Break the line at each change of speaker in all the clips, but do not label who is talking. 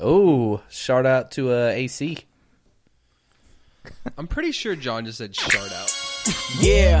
Oh, shout out to uh, AC.
I'm pretty sure John just said shout out.
Yeah.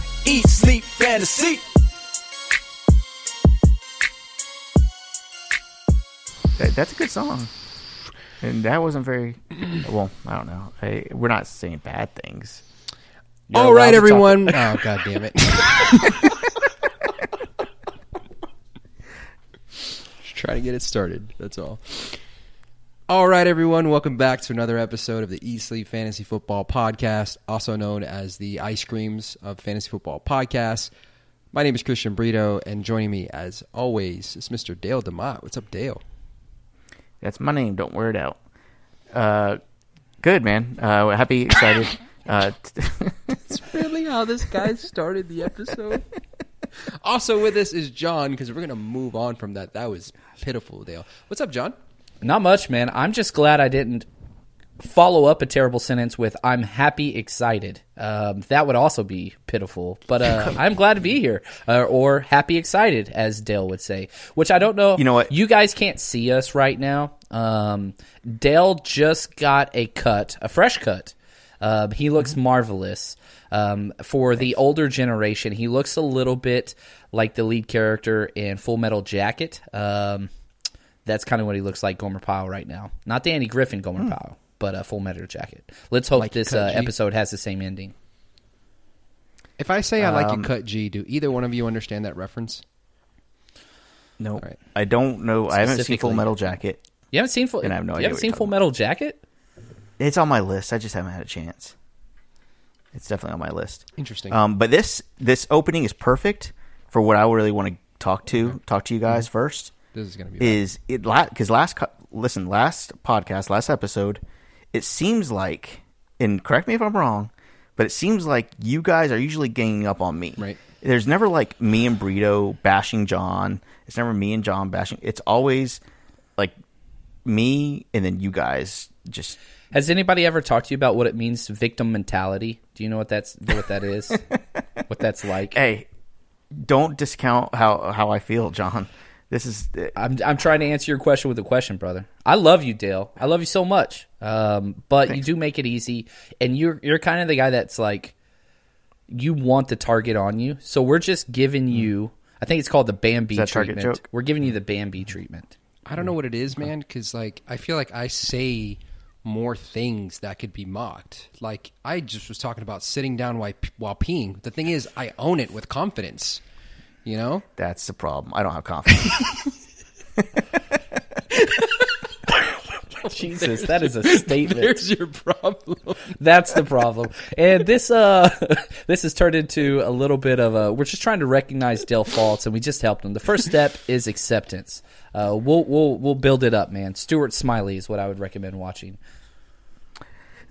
Eat, Sleep, Fantasy.
That, that's a good song. And that wasn't very well. I don't know. I, we're not saying bad things. You're
All right,
allowed to talk-
everyone. Oh, god damn it.
Just trying to get it started. That's all. All right, everyone. Welcome back to another episode of the Eat Sleep Fantasy Football Podcast, also known as the Ice Creams of Fantasy Football Podcast. My name is Christian Brito, and joining me, as always, is Mr. Dale DeMott. What's up, Dale?
That's my name. Don't wear it out. Uh, good man. Uh, happy, excited. uh, t-
really how this guy started the episode. Also with us is John because we're gonna move on from that. That was pitiful, Dale. What's up, John?
Not much, man. I'm just glad I didn't follow up a terrible sentence with "I'm happy, excited." Um, that would also be pitiful, but uh, I'm glad to be here, uh, or happy, excited, as Dale would say. Which I don't know.
You know what?
You guys can't see us right now. Um, Dale just got a cut, a fresh cut. Uh, he looks
Mm-hmm.
marvelous. Um, for the older generation, he looks a little bit like the lead character in Full Metal Jacket. Um, that's kind of what he looks like Gomer Pyle right now. Not the Andy Griffin Gomer
Hmm.
Pyle, but a Full Metal Jacket. Let's hope this uh,
Koji.
episode has the same ending.
If I say I like
Um,
you, cut G, do either one of you understand that reference?
no,
right.
I don't know. I haven't seen Full
Specifically.
Metal Jacket.
You haven't seen Full.
And I have no
you
idea
haven't
what
seen
you're
Full
talking
Metal Jacket.
It's on my list. I just haven't had a chance. It's definitely on my list.
Interesting.
Um, but this this opening is perfect for what I really want to talk to talk to you guys first.
Mm-hmm. This is gonna be
is it because last co- listen last podcast last episode it seems like and correct me if I'm wrong, but it seems like you guys are usually ganging up on me.
Right.
There's never like me and Brito bashing John. It's never me and John bashing. It's always like me and then you guys just
Has anybody ever talked to you about what it means victim mentality? Do you know what that's what that is? what that's like?
hey, don't discount how how I feel, John. This is
I'm I'm trying to answer your question with a question, brother. I love you, Dale. I love you so much. Um, but you do make it easy, and you're you're kind of the guy that's like, you want the target on you. So we're just giving you. I think it's called the Bambi
Hmm. that target
treatment.
joke? Hmm.
We're giving you the Bambi treatment.
I don't know what it is, man, because like I feel like I say more things that could be mocked. Like I just was talking about sitting down while while peeing. The thing is, I own it with confidence. You know,
that's the problem. I don't have confidence.
Jesus, that is a statement.
there's your problem.
That's the problem. And this uh this has turned into a little bit of a we're just trying to recognize Dale faults and we just helped him. The first step is acceptance. Uh we'll we'll we'll build it up, man. Stuart Smiley is what I would recommend watching.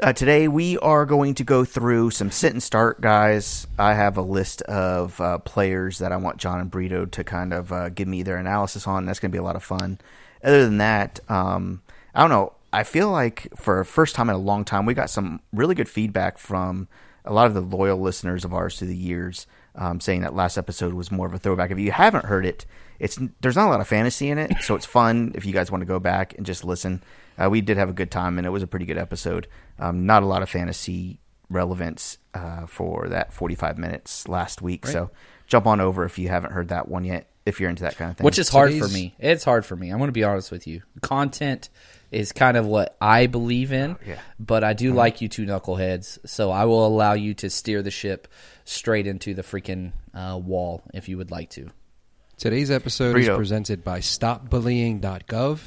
Uh, today we are going to go through some sit and start guys. I have a list of uh, players that I want John and Brito to kind of uh, give me their analysis on. That's going to be a lot of fun. Other than that, um, I don't know. I feel like for first time in a long time, we got some really good feedback from a lot of the loyal listeners of ours through the years, um, saying that last episode was more of a throwback. If you haven't heard it, it's there's not a lot of fantasy in it, so it's fun if you guys want to go back and just listen. Uh, we did have a good time, and it was a pretty good episode. Um, not a lot of fantasy relevance uh, for that 45 minutes last week,
Right.
so jump on over if you haven't heard that one yet. If you're into that kind of thing,
Which is hard for
Today's-
me. It's hard for me. I'm going to be honest with you. Content is kind of what I believe
Oh,
in, but I do
Mm-hmm.
like you two knuckleheads, so I will allow you to steer the ship straight into the freaking uh, wall if you would like to.
Today's episode
Burrito.
is presented by StopBullying.gov.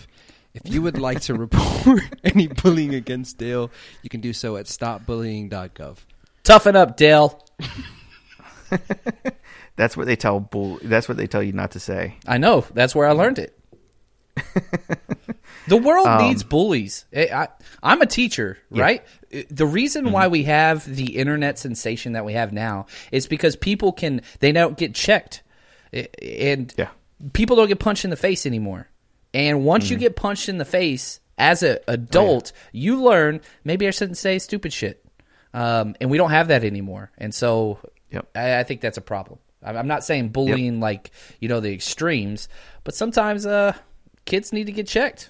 If you would like to report any bullying against Dale, you can do so at StopBullying.gov.
Toughen up, Dale.
That's what they tell bull. That's what they tell you not to say.
I know. That's where I learned it. The world
Um,
needs bullies. Eh, I, am a teacher,
Yeah. Mm-hmm.
right? Eh, The reason why we have the internet sensation that we have now is because people can they don't get checked, Eh, and people don't get punched in the face anymore. And once
Mm-hmm.
you get punched in the face as
Oh,
an adult, you learn maybe I shouldn't say stupid shit, um, and we don't have that anymore. And so I, I think that's a problem. I'm I'm not saying bullying like you know the extremes, but sometimes uh, kids need to get checked.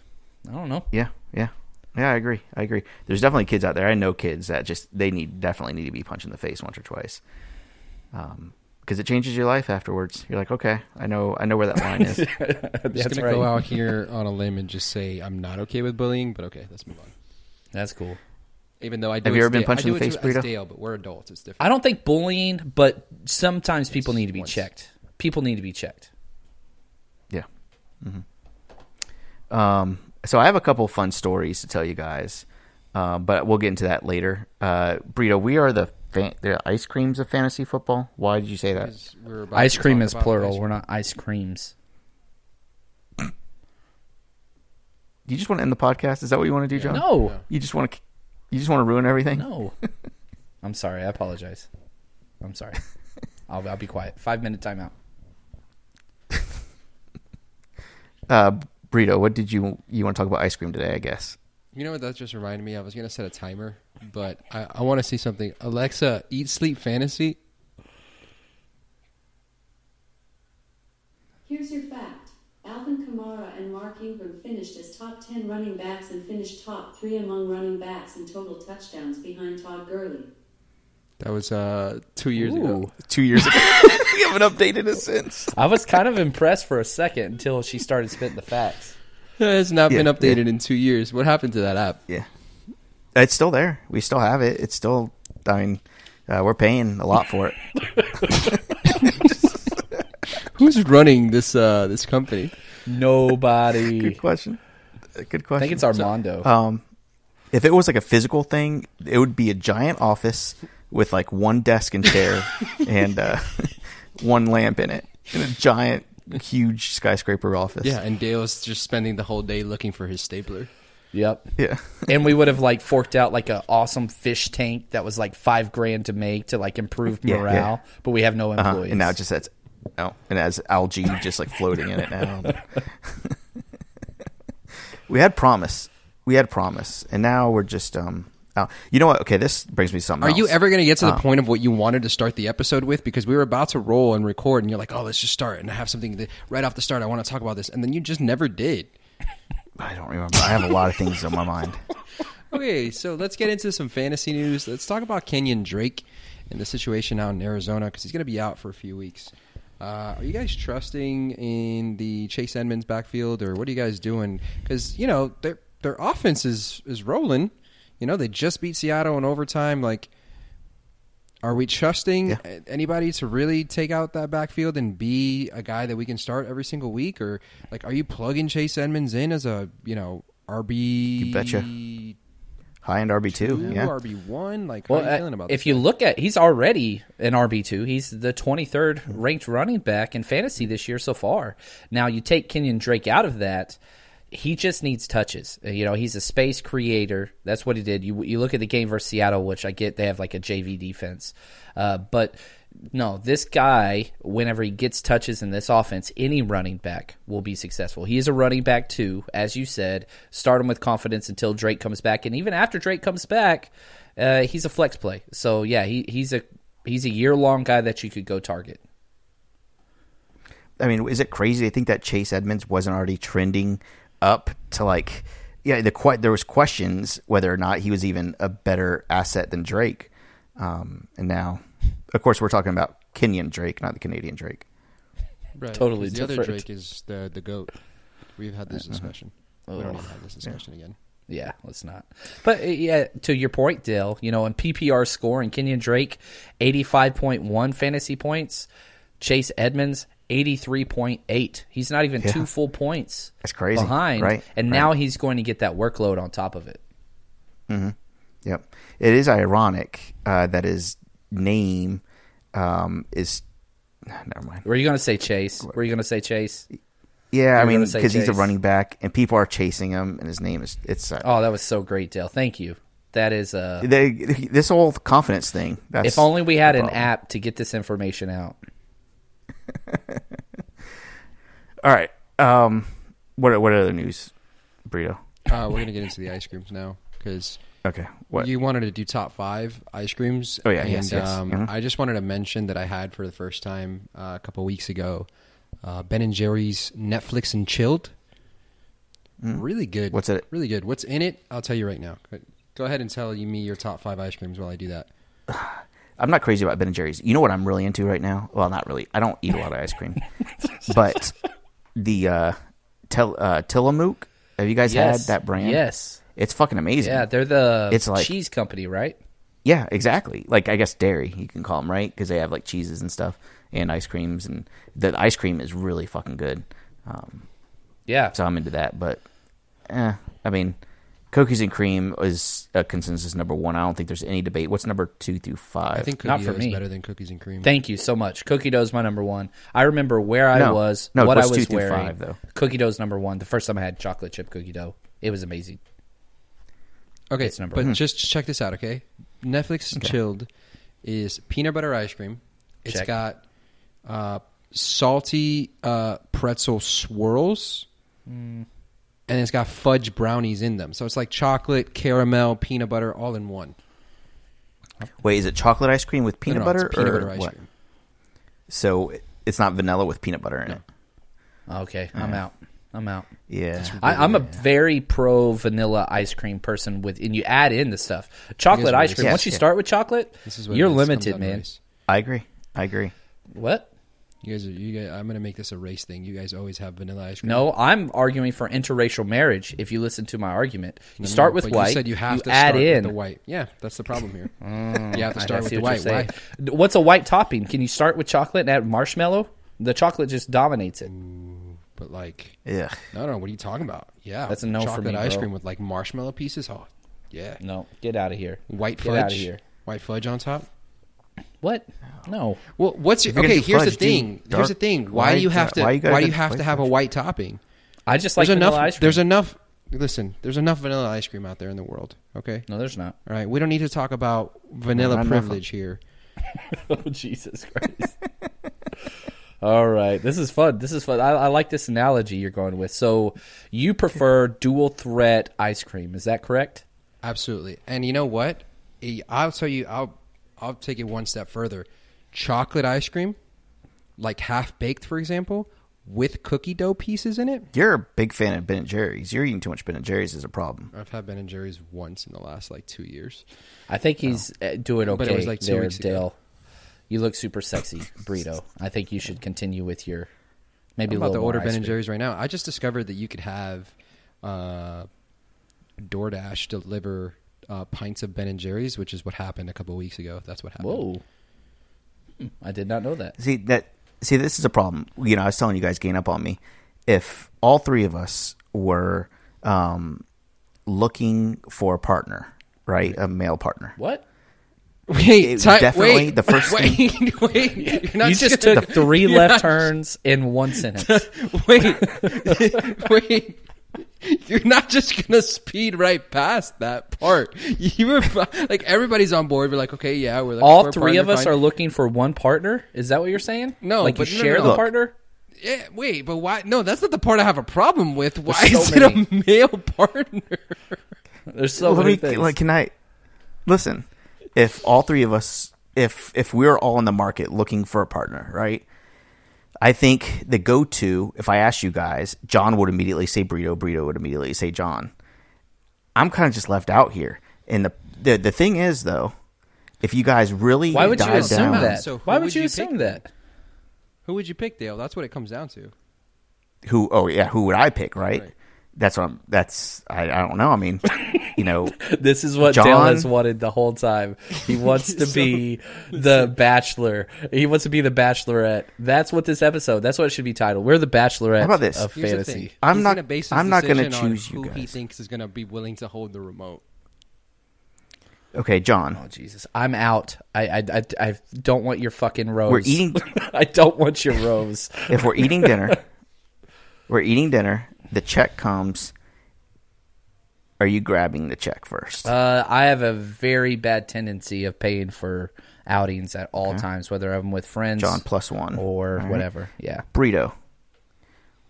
I don't know.
Yeah, yeah, yeah. I agree. I agree. There's definitely kids out there. I know kids that just they need definitely need to be punched in the face once or twice, because it changes your life afterwards. You're like, okay, I know, I know where that line is.
I'm just gonna go out here on a limb and just say I'm not okay with bullying, but okay, let's move on.
That's cool.
Even though I do
Have you
it
ever been
sta- I
punched in
do
the
it
face,
as
Burrito?
Dale, but we're adults. It's different.
I don't think bullying, but sometimes people need to be checked. People need to be checked.
Yeah. Um, so I have a couple fun stories to tell you guys, uh, but we'll get into that later. Uh, Brito, we are the fan- the ice creams of fantasy football. Why did you say that?
We're about
Ice
to
cream
talk
is
about
plural.
ice-
We're not ice creams.
You just want to end the podcast? Is that what you want to do, John?
No. Yeah.
You just want to you just want to ruin everything?
No. I'm sorry. I apologize. I'm sorry. I'll, I'll be quiet. Five minute timeout.
Uh, Brito, what did you you want to talk about ice cream today? I guess.
You know what that just reminded me? I was gonna set a timer, but I, I want to see something. Alexa, eat, sleep, fantasy.
Here's your fact. Alvin Kamara and Mark Ingram finished as top 10 running backs and finished top 3 among running backs in total touchdowns behind Todd Gurley.
That was uh, two years ago.
Two years ago. we haven't updated it since.
I was kind of impressed for a second until she started spitting the facts.
it's not been
Yeah,
updated in two years. What happened to that app?
Yeah. It's still there. We still have it. It's still. I mean, uh, we're paying a lot for it.
Who's running this uh, this company?
Nobody.
Good question. Good question.
I think it's Armando.
Um, if it was like a physical thing, it would be a giant office with like one desk and chair and uh, one lamp in it, and a giant, huge skyscraper office.
Yeah, and Dale's just spending the whole day looking for his stapler.
Yep.
Yeah.
and we would have like forked out like an awesome fish tank that was like five grand to make to like improve
Yeah, yeah.
morale, but we have no
Uh-huh.
employees.
And now it just that's oh, and it has algae just like floating in it now. we had promise. We had promise, and now we're just um. Oh, you know what? Okay, this brings me to something.
Are you
else.
ever going to get to the
Uh,
point of what you wanted to start the episode with? Because we were about to roll and record, and you're like, "Oh, let's just start," and I have something that, right off the start. I want to talk about this, and then you just never did.
I don't remember. I have a lot of things on my mind.
Okay, so let's get into some fantasy news. Let's talk about Kenyon Drake and the situation out in Arizona because he's going to be out for a few weeks. Uh, are you guys trusting in the Chase Edmonds backfield, or what are you guys doing? Because you know their their offense is is rolling. You know they just beat Seattle in overtime. Like, are we trusting Uh, anybody to really take out that backfield and be a guy that we can start every single week, or like, are you plugging Chase Edmonds in as a you know RB?
You betcha. High end RB two. Yeah.
RB one. Like,
well,
how are you
uh,
feeling about
if you look at, he's already an RB two. He's the twenty third ranked running back in fantasy this year so far. Now you take Kenyon Drake out of that, he just needs touches. Uh, You know, he's a space creator. That's what he did. You you look at the game versus Seattle, which I get they have like a JV defense, uh, but no, this guy whenever he gets touches in this offense, any running back will be successful. He is a running back too, as you said. Start him with confidence until Drake comes back, and even after Drake comes back, uh, he's a flex play. So yeah, he, he's a he's a year long guy that you could go target.
I mean, is it crazy to think that Chase Edmonds wasn't already trending up to like, yeah, the que- there was questions whether or not he was even a better asset than Drake, um, and now, of course, we're talking about Kenyan Drake, not the Canadian Drake.
Right,
Totally
'cause The other
different.
Drake is the the goat. We've had this discussion. We don't
Oh.
need to have this discussion again.
Yeah, let's not. But uh, yeah, to your point, Dale, you know, in PPR scoring, Kenyon Drake, 85.1 fantasy points, Chase Edmonds, 83.8. He's not even
Yeah.
two full points
That's crazy,
behind.
right,
And
right.
now he's going to get that workload on top of it.
hmm Yep. It is ironic uh, that his name um, is. Never mind.
Were you going to say Chase? Were you going to say Chase?
Yeah, I
You were
mean,
gonna say
because he's a
Chase.
running back, and people are chasing him, and his name is. It's uh,
Oh, that was so great, Dale. Thank you. That is uh
they, this whole confidence thing. That's
if only we had
the
an
problem.
app to get this information out.
All right. Um, what what other news, Burrito?
Uh, we're gonna get into the ice creams now because
Okay. What?
you wanted to do top five ice creams.
Oh, yeah,
and,
yes, yes.
Um,
Mhm.
I just wanted to mention that I had for the first time uh, a couple weeks ago uh, Ben and Jerry's Netflix and chilled. Really good.
Hmm. What's it?
Really good. What's in it? I'll tell you right now. Go ahead and tell you me your top five ice creams while I do that.
I'm not crazy about Ben and Jerry's. You know what I'm really into right now? Well, not really. I don't eat a lot of ice cream, but the uh, tel- uh, Tillamook. Have you guys
Yes.
had that brand?
Yes.
It's fucking amazing.
Yeah, they're the
It's like-
cheese company, right?
Yeah, exactly. Like I guess dairy you can call them, right? Because they have like cheeses and stuff and ice creams, and the ice cream is really fucking good. Um,
Yeah.
so I'm into that. But eh, I mean, cookies and cream is a consensus number one. I don't think there's any debate. What's number two through five?
I think cookie
Not for
dough
me.
is better than cookies and cream.
Thank you so much. Cookie dough's my number one. I remember where I
No.
was,
No,
what I
what's two
was
through
wearing.
five, though?
Cookie dough's number one. The first time I had chocolate chip cookie dough, it was amazing.
Okay,
It's number
but
one.
just check this out, okay? Netflix Chilled is peanut butter ice cream. It's
Check.
got uh, salty uh, pretzel swirls,
Hmm.
and it's got fudge brownies in them. So it's like chocolate, caramel, peanut butter, all in one.
Wait, is it chocolate ice cream with peanut
No, no, it's
butter
peanut
or
butter ice
what?
cream.
So it- it's not vanilla with peanut butter in it.
Okay, I'm out. I'm out.
Yeah,
I, I'm a very pro vanilla ice cream person. With and you add in the stuff, chocolate
what
ice
it
cream.
is.
Once you
Yes, yeah.
start with chocolate,
This is what it
you're
is. It comes
limited,
down to
man.
race.
I agree. I agree.
What?
You guys, are, you guys, I'm gonna make this a race thing. You guys always have vanilla ice cream.
No, I'm arguing for interracial marriage. If you listen to my argument, you start with
but
white.
You said you have to
add
start
in
with the white. Yeah, that's the problem here.
Mm,
you have to
I
start with
see
the
what
white.
you're
Why?
saying. What's a white topping? Can you start with chocolate and add marshmallow? The chocolate just dominates it.
But like,
Yeah.
No, no. What are you talking about? Yeah,
That's a no for
chocolate
me,
ice
bro.
cream with like marshmallow pieces. Oh, yeah,
No, get out of here.
white
Get
fudge.
out of here.
White fudge on top.
What? No.
Well, what's your,
you're gonna
okay?
do
Here's
fudge,
the
do
thing.
dark-
here's the thing. Why
why
do you have
dark-
to?
why
Why,
you gotta
do
do
you have
white
to have a
fudge?
white topping?
I just like
there's
vanilla
enough.
ice cream.
There's enough. Listen, there's enough vanilla ice cream out there in the world. Okay.
no, there's not.
All right. We don't need to talk about vanilla
not enough.
privilege here.
oh Jesus Christ! All right, this is fun. This is fun. I, I like this analogy you're going with. So you prefer dual threat ice cream? Is that correct?
Absolutely. And you know what? I- I'll tell you. I'll I'll take it one step further. Chocolate ice cream, like half baked, for example, with cookie dough pieces in it.
You're a big fan of Ben and Jerry's. You're eating too much Ben and Jerry's is a problem.
I've had Ben and Jerry's once in the last like two years.
I think he's uh doing okay
But it was like two
there,
weeks ago.
Dale. You look super sexy, burrito. I think you should continue with your maybe
I'm
a
about to
little more
order
ice
Ben and
cream.
Jerry's right now. I just discovered that you could have uh, DoorDash deliver uh, pints of Ben and Jerry's, which is what happened a couple weeks ago. That's what happened.
Whoa! Hmm, I did not know that.
See that? See, this is a problem. You know, I was telling you guys, gain up on me. If all three of us were um, looking for a partner, right, a male partner,
What?
Wait,
It- definitely the first
Wait, wait. You're not
you just
gonna-
took three
you're
left
not-
turns in one sentence.
Wait, wait. You're not just gonna speed right past that part. You were like everybody's on board. We're like, okay, yeah, we're like
all three of us are looking for one partner. Is that what you're saying?
No,
like
but
you
no,
share
no,
the
no.
partner.
Yeah, wait, but why? No, that's not the part I have a problem with. Why
so
is it a male partner?
There's so
Let
many
me-
things.
Like, can I listen? If all three of us, if if we're all in the market looking for a partner, right? I think the go-to, if I asked you guys, John would immediately say burrito. Burrito would immediately say John. I'm kind of just left out here. And the the, the thing is, though, if you guys really
Why would you
dive
assume
down,
that?
So who
Why would,
would
you,
you pick
assume that?
Who would you pick, Dale? That's what it comes down to.
who? Oh yeah, who would I pick? Right? That's what I'm. That's I, I don't know. I mean, you know,
This is what
John,
Dale has wanted the whole time. He wants to be the bachelor. He wants to be the bachelorette. That's what this episode. That's what it should be titled. We're the bachelorette
How about this?
of
Here's the
fantasy.
thing.
I'm
He's
not-
gonna base his
I'm not gonna
decision on
choose you
who he
guys.
thinks is gonna be willing to hold the remote.
okay, John.
Oh Jesus! I'm out. I I, I, I don't want your fucking rose.
We're eating-
I don't want your rose.
if we're eating dinner, we're eating dinner. The check comes. Are you grabbing the check first?
Uh, I have a very bad tendency of paying for outings at all times, whether I'm with friends,
John plus one
or
All right.
whatever. Yeah,
Burrito.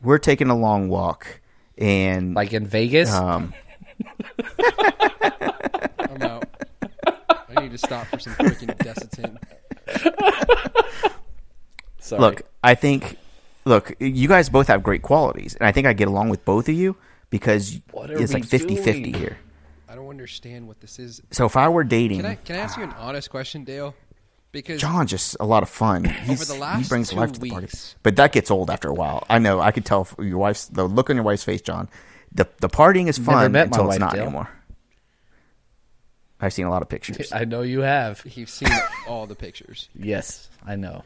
We're taking a long walk, and
like in Vegas.
um,
I'm out. I need to stop for some freaking desitin.
Sorry.
look, I think, look, you guys both have great qualities, and I think I get along with both of you because
What are
it's
we
like 50-50
doing?
here.
I don't understand what this is.
So if I were dating,
Can I can I ask you an honest question, Dale? Because
John's just a lot of fun. He's,
the
he
last
brings
two
life to the party.
weeks-
But that gets old after a while. I know. I could tell from your wife's the look on your wife's face, John. The the partying is fun
met my
until
wife,
it's not
Dale.
anymore. I've seen a lot of pictures.
I know you have.
you've seen all the pictures.
Yes, I know.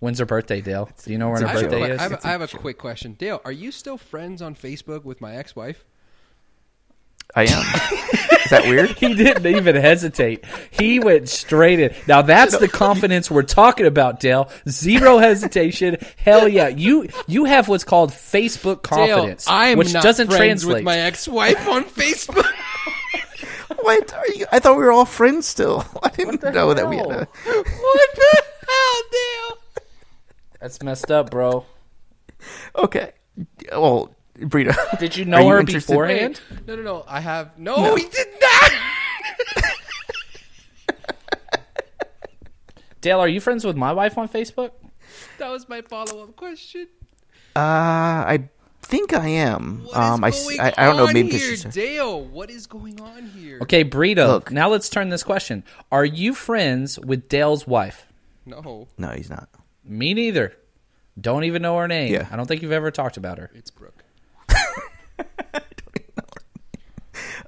When's her birthday, Dale? Do you know when
it's
her
a
I have, a
birthday
que-
is?
I have a- I have a quick question, Dale. Are you still friends on Facebook with my ex-wife?
I am. is that weird?
he didn't even hesitate. He went straight in. Now that's the confidence we're talking about, Dale. Zero hesitation. Hell yeah. You you have what's called Facebook confidence,
Dale, I am
which
not
doesn't
friends
translate.
with my ex-wife on Facebook.
What are you? I thought we were all friends still. I didn't know that we had. A,
what the hell, Dale?
that's messed up, bro.
okay. Well, Brita,
Did you
are
know her
interested-
beforehand?
No, no, no. I have no. oh, He did not.
Dale, are you friends with my wife on Facebook?
That was my follow-up question.
Uh, I think I am.
What is
um, I, s-
going
I I don't know.
on
Maybe because
here,
she's-
Dale. What is going on here?
Okay, Brito.
Look.
Now let's turn this question. Are you friends with Dale's wife?
No,
no, he's not.
Me neither. Don't even know her name.
Yeah.
I don't think you've ever talked about her.
it's Brooke.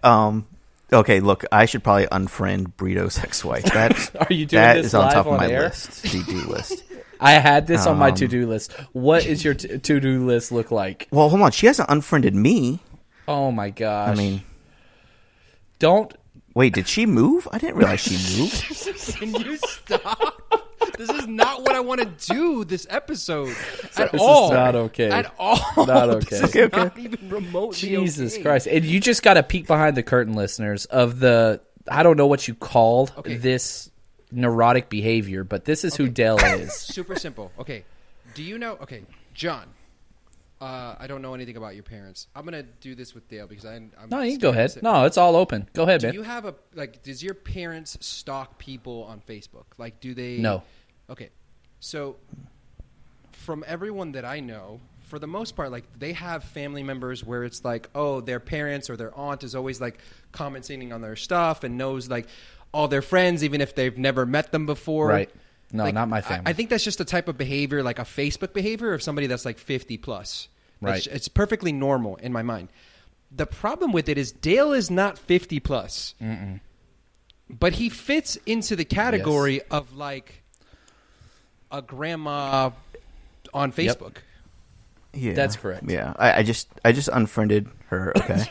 Um. Okay, look, I should probably unfriend Brito's ex-wife. That
Are you doing
that
this
is on
live
top of
on
my
air?
list, to-do list.
I had this on my
Um,
to do list. What is your to do list look like?
Well, hold on, she hasn't unfriended me.
Oh my gosh!
I mean,
don't
wait, did she move? I didn't realize she moved.
Can you stop? this is not what I want to do this episode at
This is
all.
not okay.
At all.
Not
This
okay.
is
Okay, okay.
not even remotely
Jesus
okay.
Christ! And you just got to peek behind the curtain, listeners, of the I don't know what you called
Okay.
this neurotic behavior, but this is who Dell is.
Super simple. Okay. Do you know? Okay, John. Uh, I don't know anything about your parents. I'm gonna do this with Dale because I, I'm.
no, you can
scared
go
to
ahead.
say-
No, it's all open. Go ahead,
Do
man.
you have a like? Does your parents stalk people on Facebook? Like, do they?
No.
Okay, so from everyone that I know, for the most part, like they have family members where it's like, oh, their parents or their aunt is always like commenting on their stuff and knows like all their friends, even if they've never met them before.
Right. No,
Like,
not my
I-
family.
I, think that's just a type of behavior, like a Facebook behavior of somebody that's like fifty plus. That's-
Right.
it's perfectly normal in my mind. The problem with it is Dale is not 50 plus. But he fits into the category of like a grandma on
Yep.
Facebook.
Yeah,
That's correct.
Yeah, I, I just I just unfriended her. Okay,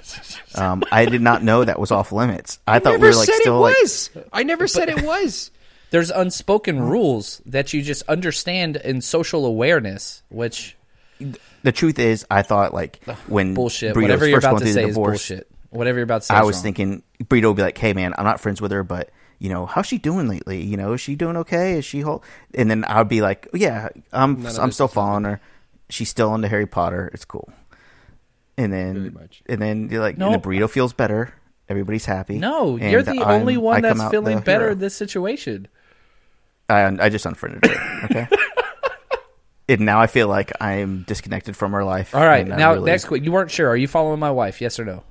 um, I did not know that was off limits. I, thought we
never
were like
said
still
it
like
was. I never said it was.
There's unspoken rules that you just understand in social awareness, which
the truth is, I thought like when
bullshit.
Brito
Whatever
was
you're
first
about to
going through Mm-hmm. the
say is
divorce,
bullshit. Whatever you're about to say.
I
is
was
wrong.
thinking Brito would be like, "Hey, man, I'm not friends with her, but you know, how's she doing lately? You know, is she doing okay? Is she whole?" And then I'd be like, "Yeah, I'm
None of
I'm
this
still following her. She's still into Harry Potter. It's cool." And then and then you're like, and
No.
the Burrito feels better. Everybody's happy.
No,
And
you're the
I'm-
only
I
one
come
that's
out
feeling
the
better
hero.
in this situation.
I, I just unfriended her. Okay. and now I feel like I am disconnected from her life.
All right,
and I
now
really-
next quick. You weren't sure. Are you following my wife? Yes or no?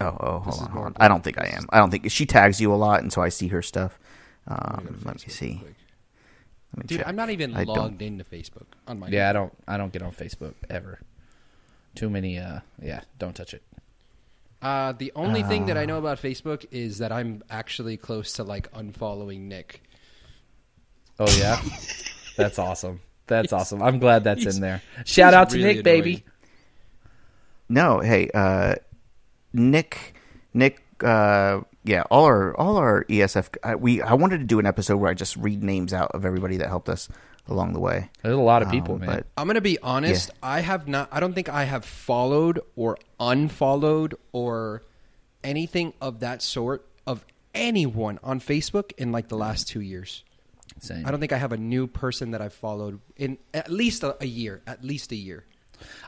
Oh, oh, hold on, hold on. I don't think I am. I don't think she tags you a lot, and so I see her stuff. Um, let me see. Let me
Dude,
check.
I'm not even
I don't-
logged into Facebook on my.
Yeah, I don't. I don't get on Facebook ever. Too many. uh Yeah, don't touch it.
Uh, the only thing that I
Uh,
know about Facebook is that I'm actually close to like unfollowing Nick.
Oh yeah, that's awesome. That's awesome. I'm glad that's
he's-
in there. Shout out to
really
Nick, baby.
annoying.
No, hey, uh, Nick, Nick, uh, yeah, all our all our ESF. I, we I wanted to do an episode where I just read names out of everybody that helped us along the way.
There's a lot of
Um,
people, man.
but-
I'm gonna be honest. I have not. I don't think I have followed or unfollowed or anything of that sort of anyone on Facebook in like the last two years.
Same.
I don't think I have a new person that I've followed in at least a, a year. At least a year.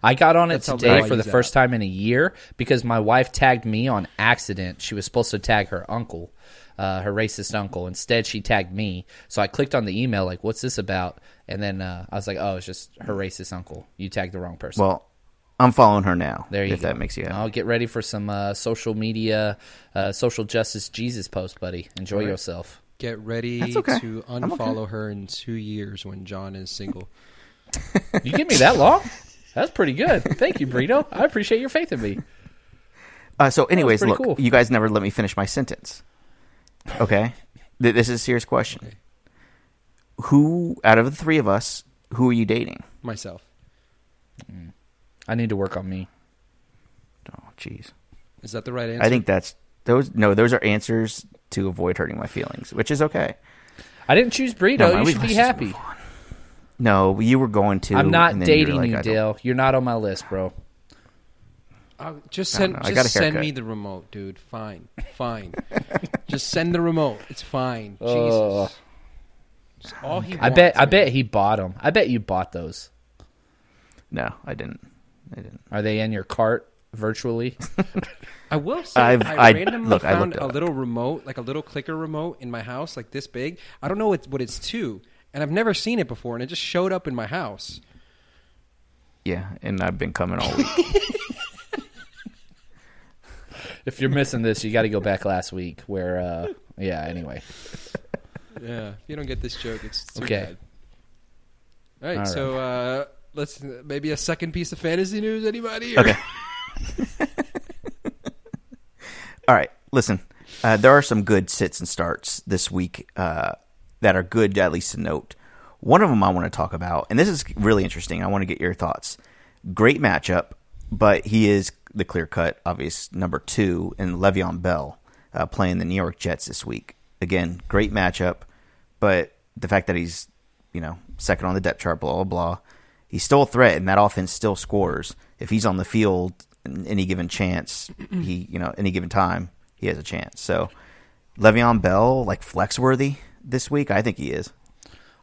I got on it
That's how
today
bad
for the
he's
first time in a year because my wife tagged me on accident. She was supposed to tag her uncle, uh, her racist uncle. Instead, she tagged me. So I clicked on the email, like, what's this about? And then uh, I was like, oh, it's just her racist uncle. You tagged the wrong person.
Well, I'm following her now.
there you
if
go.
that makes you happy.
I'll get ready for some uh, social media, uh, social justice Jesus post, buddy. Enjoy
Alright.
yourself.
Get ready
That's okay.
to
I'm okay.
unfollow her in two years when John is single.
You give me that long? That's pretty good. Thank you, Brito. I appreciate your faith in me.
Uh, so, anyways,
pretty
look,
cool.
you guys never let me finish my sentence. Okay, Th- this is a serious question. Who out of the three of us, who are you dating?
Myself.
I need to work on me.
Oh, jeez.
Is that the right answer?
I think that's those. No, those are answers to avoid hurting my feelings, which is okay.
I didn't choose Brito.
No, man,
you
we-
should be
let's just
happy.
No, you were going to.
I'm not
and then you were
dating
like,
you,
I don't-
Dale. You're not on my list, bro.
I'll- just
I don't
send,
know. I got a
just send
haircut.
me the remote, dude. Fine, fine. just send the remote. It's fine.
Ugh.
Jesus. Just all he
I
wants,
bet. I
man.
bet he bought them. I bet you bought those.
No, I didn't. I didn't.
Are they in your cart virtually?
I will say
I've-
I,
I-
randomly
look, I
found
looked it
a
up.
little remote, like a little clicker remote, in my house, like this big. I don't know what, what it's to, and I've never seen it before, and it just showed up in my house.
Yeah, and I've been coming all week.
if you're missing this, you got to go back last week. Where, uh, yeah. Anyway,
Yeah, if you don't get this joke, it's too
Okay.
bad. All right,
All
so uh, let's maybe a second piece of fantasy news. Anybody?
Okay. All right, listen. Uh, there are some good sits and starts this week uh, that are good, at least to note. One of them I want to talk about, and this is really interesting. I want to get your thoughts. Great matchup, but he is the clear cut, obvious number two, and Le'Veon Bell uh, playing the New York Jets this week. Again, great matchup, but the fact that he's you know second on the depth chart, blah blah blah. He's still a threat, and that offense still scores. If he's on the field in any given chance, he you know any given time, he has a chance. So Le'Veon Bell, like flex worthy this week, I think he is.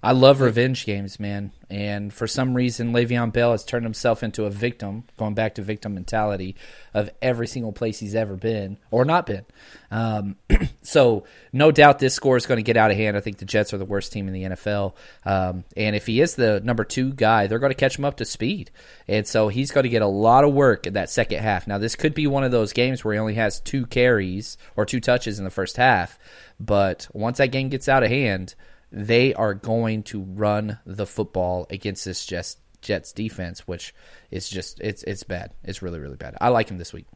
I love revenge games, man. And for some reason, Le'Veon Bell has turned himself into a victim, going back to victim mentality of every single place he's ever been or not been. Um, so, no doubt this score is going to get out of hand. I think the Jets are the worst team in the NFL. Um, and if he is the number two guy, they're going to catch him up to speed. And so, he's going to get a lot of work in that second half. Now, this could be one of those games where he only has two carries or two touches in the first half. But once that game gets out of hand, they are going to run the football against this Jets, Jets defense, which is just it's it's bad. It's really really bad. I like him this week.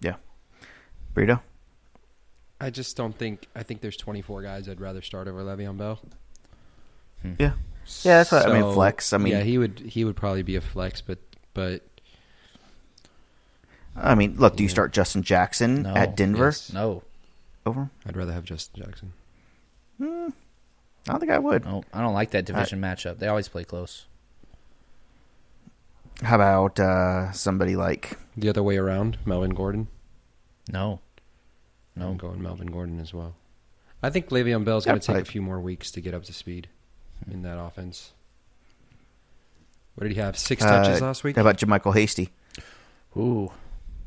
Yeah, Brito.
I just don't think. I think there's 24 guys I'd rather start over Le'Veon Bell.
Hmm. Yeah, yeah. That's what I mean.
So,
Flex. I mean,
yeah, he would he would probably be a flex, but but
I mean, look. Do you start Justin Jackson
No,
at Denver
yes.
No,
over? him?
I'd rather have Justin Jackson.
I don't think I would.
no, I don't like that division matchup. They always play close.
How about uh, somebody like
the other way around, Melvin Gordon?
No,
no, I'm going Melvin Gordon as well. I think Le'Veon Bell's going
Yeah, Hmm.
to take
I-
a few more weeks to get up to speed in that offense. What did he have? Six touches
uh,
last week.
How about Jamichael Hasty?
Ooh.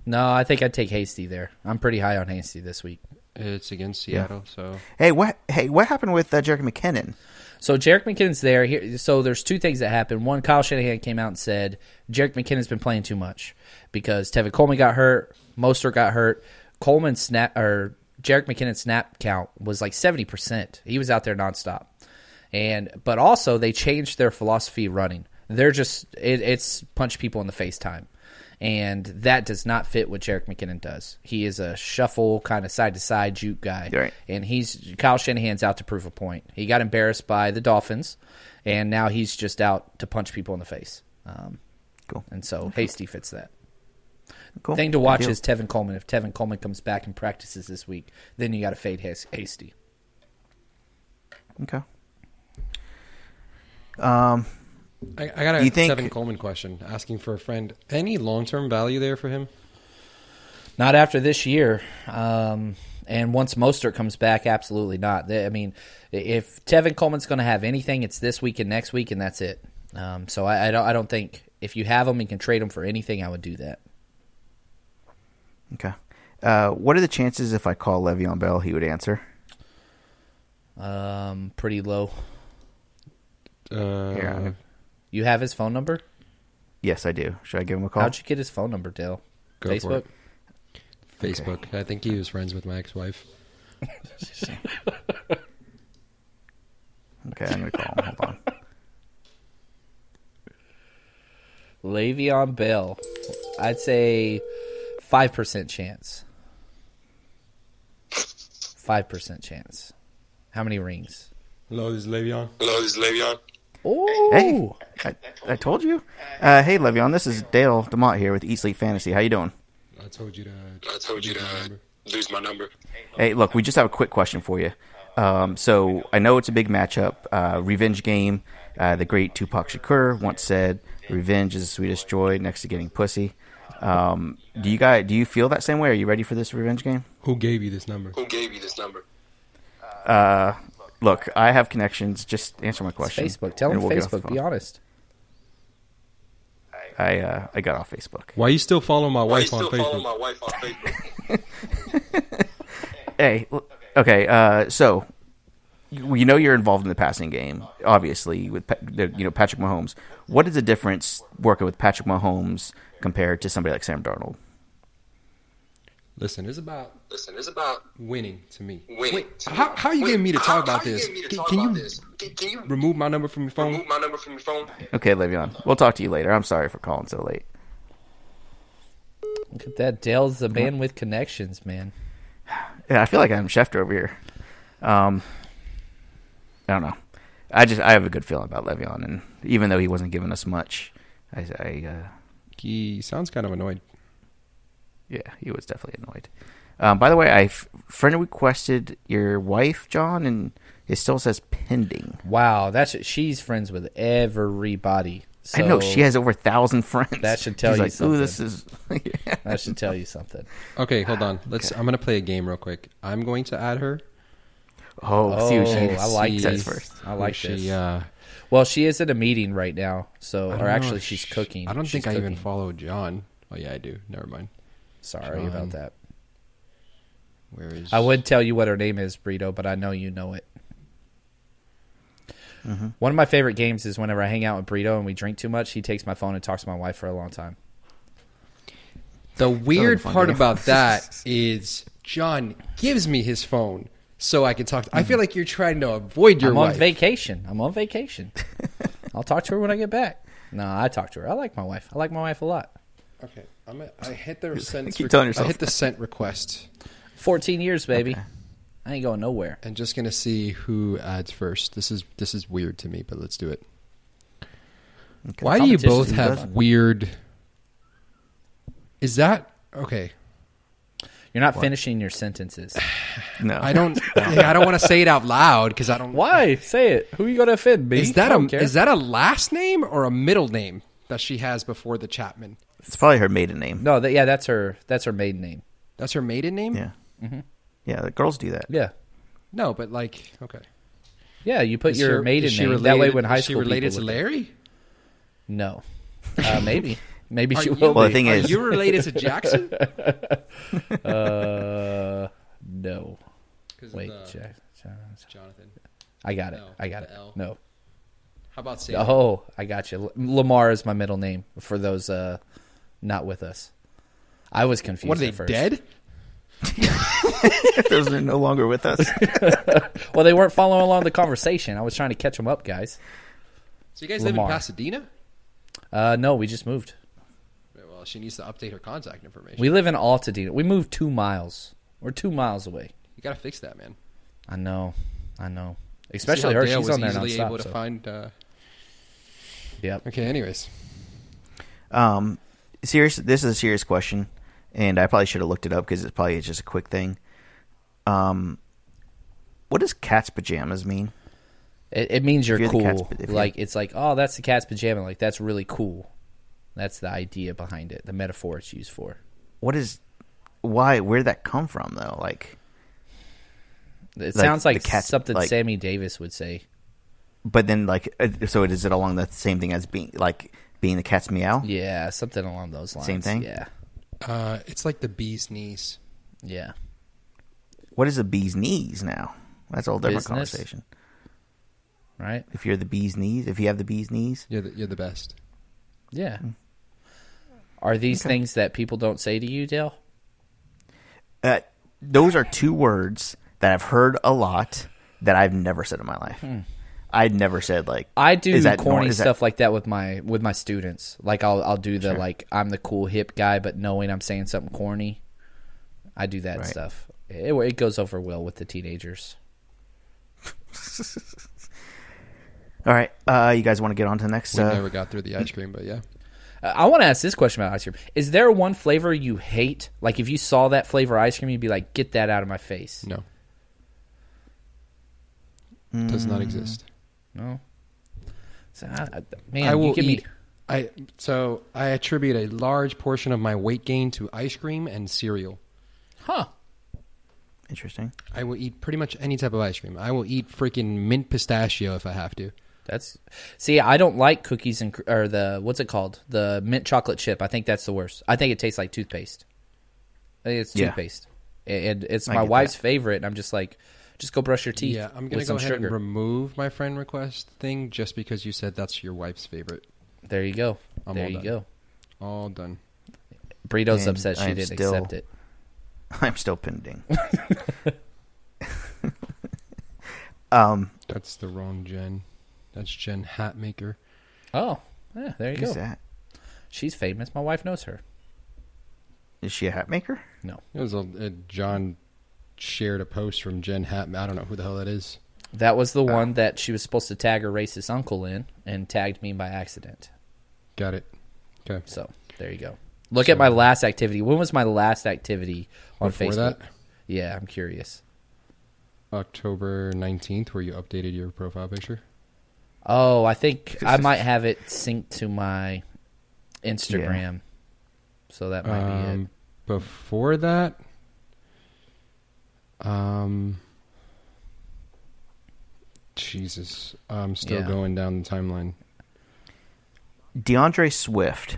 No, I think I'd take Hasty there. I'm pretty high on Hasty this week.
It's against Seattle, so
Hey, what? Hey, what happened with uh, Jerick McKinnon?
So Jarek McKinnon's there. Here, so there's two things that happened. One, Kyle Shanahan came out and said Jarek McKinnon's been playing too much because Tevin Coleman got hurt, Mostert got hurt, Coleman snap or Jarek McKinnon's snap count was like seventy percent. He was out there nonstop, and but also they changed their philosophy of running. They're just it, it's punch people in the face time. And that does not fit what Jarek McKinnon does. He is a shuffle kind of side to side juke guy
Right.
and he's Kyle Shanahan's out to prove a point. He got embarrassed by the Dolphins, and now he's just out to punch people in the face. Um,
cool.
And so Hasty fits that.
Cool.
Thing to watch
Good deal.
is Tevin Coleman. If Tevin Coleman comes back and practices this week, then you got to fade Has- Hasty.
Okay. Um,
I, I got
Do
a
you think-
Tevin Coleman question. Asking for a friend. Any long term value there for him?
Not after this year. Um, and once Mostert comes back, absolutely not. They- I mean, if Tevin Coleman's going to have anything, it's this week and next week, and that's it. Um, so I, I don't. I don't think if you have him and can trade him for anything, I would do that.
okay. Uh, what are the chances if I call Le'Veon Bell, he would answer?
Um, pretty low.
Uh,
Yeah.
You have his phone number?
Yes, I do. Should I give him a call?
How'd you get his phone number, Dale?
Go for
Facebook?
it. Facebook. I think he was friends with my ex wife.
Okay, I'm gonna call him. Hold on.
Le'Veon Bell. I'd say five percent chance. Five percent chance. How many rings?
Hello, this is Le'Veon.
Hello, this is Le'Veon.
Oh,
Hey, I, I told you. Uh, hey, Le'Veon, this is Dale Demott here with Eat Sleep Fantasy. How you doing?
I told you to.
I told you to lose my number.
Hey, look, we just have a quick question for you. Um, so I know it's a big matchup, uh, revenge game. Uh, the great Tupac Shakur once said, "Revenge is the sweetest joy, next to getting pussy." Um, do you guys do you feel that same way? Are you ready for this revenge game?
Who gave you this number?
Who gave you this number?
Uh, look, I have connections. Just answer my
It's
question.
Facebook. Tell him
and we'll get off the
Facebook. Be
phone.
honest.
I uh, I got off Facebook.
Why you still follow my
Why you
wife on
still follow
Facebook?
my wife on Facebook?
Hey, l- okay. Uh, so you you know you're involved in the passing game, obviously with Pa- the- you know Patrick Mahomes. What is the difference working with Patrick Mahomes compared to somebody like Sam Darnold?
Listen, it's about
Listen, it's about
winning to me.
winning.
Wait,
to me.
how, how are you
Wait,
getting me to
how-
talk
how
about
you
this?
getting me to
Can,
talk
can
about
you
this? Can, can you
remove my number from your phone?
remove my number from your phone?
Okay, Le'Veon, we'll talk to you later. I'm sorry for calling so late.
Look at that. Dale's the man with connections, man.
Yeah, I feel like I'm Schefter over here. Um, I don't know. I just I have a good feeling about Le'Veon, and even though he wasn't giving us much, I, I uh,
He sounds kind of annoyed.
Yeah, he was definitely annoyed. Um, by the way, I f- friend requested your wife, John, and it still says pending.
Wow, that's she's friends with everybody. So
I know she has over a thousand friends.
That should tell
She's
you
like,
something.
Ooh, this is
that should tell you something.
Okay, hold on. Let's. I'm gonna play a game real quick. I'm going to add her.
oh, see what she
Oh, I like
says
this.
first.
I like
she,
this.
Uh,
Well, she is in a meeting right now, so
I
or
don't know
actually
if
she's
sh-
cooking.
I don't
She's
think I even
cooking.
follow John. Oh yeah, I do. Never mind.
Sorry
John.
about that.
Where is?
I would tell you what her name is, Brito, but I know you know it.
Mm-hmm.
One of my favorite games is whenever I hang out with Brito and we drink too much, he takes my phone and talks to my wife for a long time.
The weird
fun
part
game.
about that is John gives me his phone so I can talk. To, I feel like you're trying to avoid your
I'm
wife.
on vacation. I'm on vacation. I'll talk to her when I get back. No, I talk to her. I like my wife. I like my wife a lot.
okay, I'm a, I hit the sent.
keep telling
I
yourself
hit the sent request.
14 years, baby. I ain't going nowhere.
and just gonna see who adds first. This is this is weird to me, but let's do it. Why do you
Competition's
both have
good.
weird? Is that okay?
You're not finishing your sentences.
No,
I don't. yeah, I don't want to say it out loud because I don't.
Why? Say it. Who you going to offend, me?
Is that
I don't
a
care.
is that a last name or a middle name? that she has before the Chapman.
It's probably her maiden name.
No, that, yeah, that's her. That's her maiden name.
That's her maiden name.
Yeah.
Mm-hmm.
Mhm.
Yeah, the girls do that.
Yeah.
No, but like, okay.
Yeah, you put
Is
your
she-
maiden
is she
name. that way,
related-
when high
is she
school
related
people
to
look at-
Larry?
No, uh, maybe, maybe
Are
she
you-
will.
Well, the
be.
thing Are is-
you related to Jackson?
uh, no.
'Cause
Wait,
the-
Jack- John-
Jonathan.
I got it.
No,
I got
the
it.
L.
No.
How about Sam?
Oh, I got you. L- Lamar is my middle name for those uh, not with us. I was confused.
What are they
at first.
dead?
Those are no longer with us.
Well, they weren't following along the conversation. I was trying to catch them up, guys.
So you guys
Lamar.
live in Pasadena?
Uh, no, we just moved.
Well, she needs to update her contact information.
We live in Altadena. We moved two miles. We're two miles away.
you gotta fix that, man.
I know. I know.
See how
Especially her.
Dale
She's
was
on there
easily
nonstop.
able to
so-
find. Uh,
Yep.
okay. Anyways,
Um, serious. This is a serious question, and I probably should have looked it up because it's probably just a quick thing. Um, what does cat's pajamas mean?
It, it means you're,
If you're the cat's
cool.
pa- if you're-
like it's like, oh, that's the cat's pajama. Like that's really cool. That's the idea behind it. The metaphor it's used for.
What is? Why? Where did that come from, though? Like,
It
Like,
sounds like
the cat's-
something
like-
Sammy Davis would say.
but then like, uh, so it is it along the same thing as being like being the cat's meow?
Yeah, something along those lines.
Same thing?
Yeah,
uh, it's like the bee's knees.
yeah.
What is a bee's knees now? That's a whole different
Business?
conversation.
Right?
If you're the bee's knees, if you have the bee's knees,
You're the, you're the best.
Yeah.
Hmm.
Are these things that people don't say to you, Dale?
uh, those are two words that I've heard a lot that I've never said in my life.
Hmm.
I'd never said like
I do
is that
corny
nor- is that-
stuff like that with my with my students. Like I'll I'll do the
Sure.
like I'm the cool hip guy, but knowing I'm saying something corny, I do that
Right.
stuff. It, it goes over well with the teenagers.
All right, uh, you guys want to get on to the next?
We
Uh,
never got through the ice cream, but yeah.
Uh, I want to ask this question about ice cream. Is there one flavor you hate? Like if you saw that flavor ice cream, you'd be like, "Get that out of my face."
No. Does
Mm.
not exist.
No. So, I, I- man,
I will
you give
eat.
me
I so I attribute a large portion of my weight gain to ice cream and cereal.
huh.
Interesting.
I will eat pretty much any type of ice cream. I will eat freaking mint pistachio if I have to.
That's see, I don't like cookies and cr- or the what's it called, the mint chocolate chip. I think that's the worst. I think it tastes like toothpaste. I think it's
Yeah.
toothpaste, A- and it's
I
my
get
wife's favorite. And I'm just like, just go brush your teeth.
Yeah, I'm gonna
with
go
some
ahead
sugar.
and remove my friend request thing just because you said that's your wife's favorite.
there you go.
I'm
there
all
you
done.
go.
All done.
Burrito's
And
upset she
I'm
didn't
still-
accept it.
I'm still pending. um,
That's the wrong Jen. That's Jen Hatmaker.
Oh, yeah, there you
who's
go.
that?
She's famous. My wife knows her.
Is she a hat maker?
No,
It was a, a John shared a post from Jen Hat. I don't know who the hell that is.
that was
Uh,
the one that she was supposed to tag her racist uncle in, and tagged me by accident.
Got it. Okay.
So there you go. Look at my last activity. When was my last activity on
Before
Facebook?
that?
Yeah, I'm curious.
October 19th, where you updated your profile picture.
Oh, I think I might have it synced to my Instagram. So that might be it.
Um, before that, um, Jesus, I'm still
Yeah.
going down the timeline.
DeAndre Swift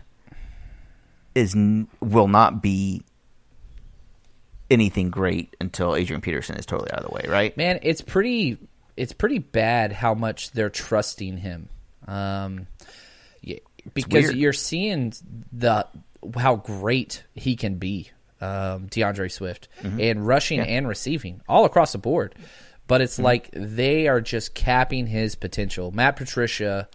is n- will not be anything great until Adrian Peterson is totally out of the way, right?
Man, it's pretty it's pretty bad how much they're trusting him. Um yeah, because
weird.
you're seeing the how great he can be, um, DeAndre Swift, and rushing and receiving all across the board. But it's like they are just capping his potential. Matt Patricia,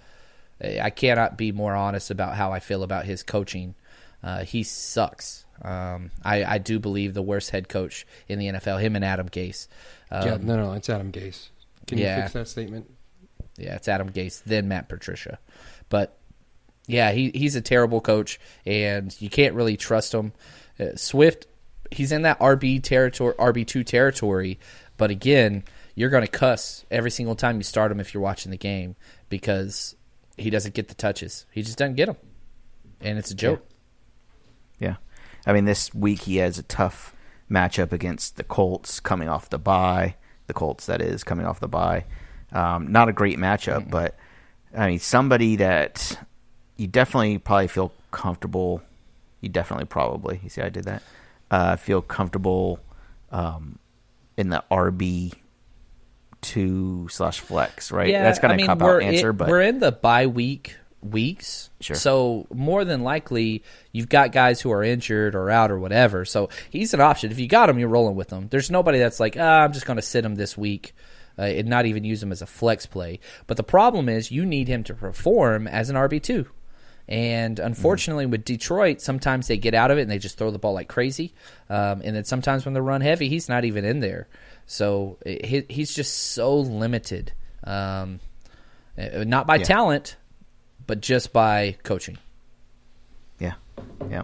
eh, I cannot be more honest about how I feel about his coaching. Uh, he sucks. Um, I, I do believe the worst head coach in the NFL, him and Adam Gase. Um,
yeah, no, no, it's Adam Gase. Can
yeah.
you fix that statement?
Yeah, it's Adam Gase, then Matt Patricia. But yeah, he, he's a terrible coach, and you can't really trust him. Uh, Swift, he's in that RB territory, RB two territory. But again, you're going to cuss every single time you start him if you're watching the game because he doesn't get the touches. He just doesn't get them. and it's a joke.
Yeah. I mean, this week he has a tough matchup against the Colts coming off the bye. The Colts, that is, coming off the bye. Um, not a great matchup,
Mm-hmm.
but I mean, somebody that you definitely probably feel comfortable. You definitely probably, you see, how I did that. Uh, feel comfortable um, in the RB two slash flex, right? That's kind of a cop out
we're
answer,
in,
but
we're in the bye week weeks.
Sure.
So more than likely, you've got guys who are injured or out or whatever. So he's an option. If you got him, you're rolling with him. There's nobody that's like, ah, I'm just going to sit him this week uh, and not even use him as a flex play. But the problem is, you need him to perform as an RB two. And unfortunately, with Detroit, sometimes they get out of it and they just throw the ball like crazy. Um, and then sometimes when they run heavy, he's not even in there. So it, he, he's just so limited, um, uh, not by
Yeah.
talent, but just by coaching.
Yeah, yeah.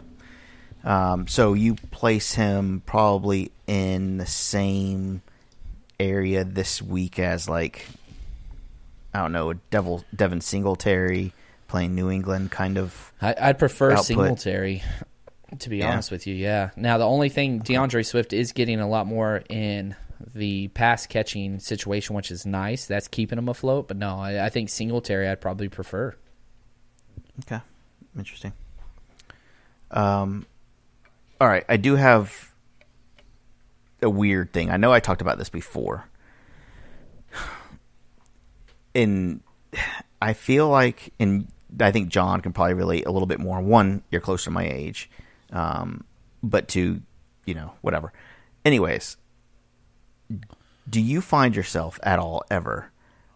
Um, so you place him probably in the same area this week as like I don't know, Devil Devin Singletary playing New England kind of.
I, I'd prefer
output.
Singletary, to be
Yeah.
honest with you. Yeah. Now the only thing DeAndre Swift is getting a lot more in the pass catching situation, which is nice. That's keeping him afloat. But no, I, I think Singletary I'd probably prefer.
Okay, interesting. Um, all right, I do have a weird thing. I know I talked about this before. In, I feel like, and I think John can probably relate a little bit more. One, you're closer to my age, um, but two, you know, whatever. Anyways, do you find yourself at all ever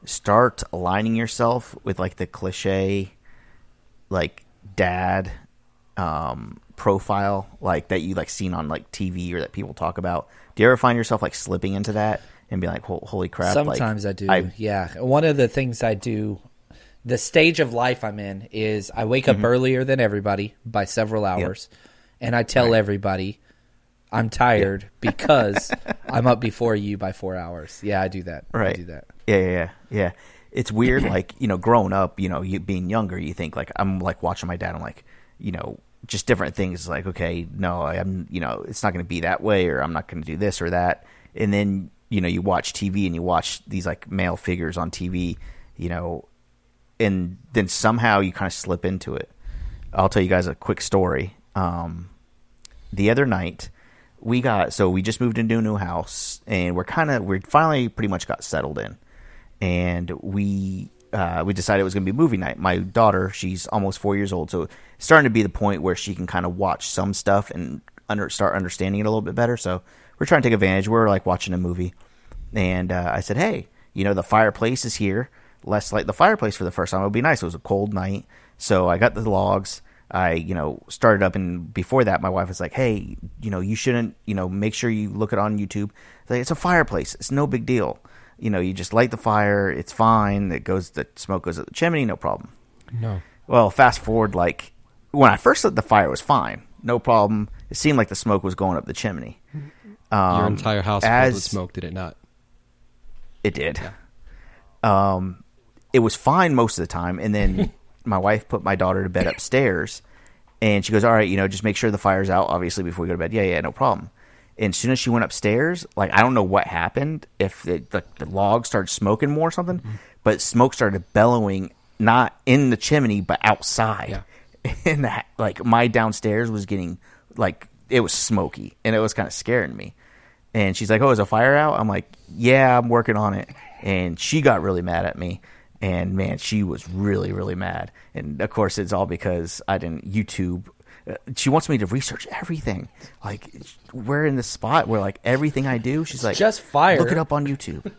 start aligning yourself with like the cliche like dad um profile like that you like seen on like TV or that people talk about do you ever find yourself like slipping into that and be like "Hol- holy crap like,
Sometimes I do. yeah. One of the things I do, the stage of life I'm in is I wake up
Mhm.
earlier than everybody by several hours, and I tell everybody I'm tired because I'm up before you by four hours. Yeah, I do that. I
Right.
do that.
Yeah, yeah, yeah. yeah. It's weird, like you know, growing up, you know, you being younger, you think like I'm like watching my dad. I'm like, you know, just different things. Like, okay, no, I'm, you know, it's not going to be that way, or I'm not going to do this or that. And then you know, you watch TV and you watch these like male figures on TV, you know, and then somehow you kind of slip into it. I'll tell you guys a quick story. Um, the other night we got so we just moved into a new house and we're kind of we're finally pretty much got settled in and we uh, we decided it was going to be movie night my daughter she's almost four years old so it's starting to be the point where she can kind of watch some stuff and under start understanding it a little bit better so we're trying to take advantage we're like watching a movie and uh, i said hey you know the fireplace is here let's light the fireplace for the first time it would be nice it was a cold night so i got the logs I, you know, started up and before that my wife was like, Hey, you know, you shouldn't, you know, make sure you look it on YouTube. It's like, it's a fireplace. It's no big deal. You know, you just light the fire, it's fine, it goes the smoke goes up the chimney, no problem.
No.
Well, fast forward like when I first lit the fire it was fine. No problem. It seemed like the smoke was going up the chimney. Um,
Your entire house was filled
as
with smoke, did it not?
it did. Um, it was fine most of the time, and then my wife put my daughter to bed upstairs, and she goes, "All right, you know, just make sure the fire's out, obviously, before we go to bed." Yeah, yeah, no problem. And as soon as she went upstairs, like I don't know what happened, if it, the, the log started smoking more or something, but smoke started bellowing not in the chimney but outside, and that like my downstairs was getting like it was smoky, and it was kind of scaring me. And she's like, "Oh, is a fire out?" I'm like, "Yeah, I'm working on it." And she got really mad at me, and man, she was really, really mad. And of course, it's all because I didn't YouTube. uh, She wants me to research everything. Like, we're in the spot where like everything I do, she's like,
just fire.
Look it up on YouTube.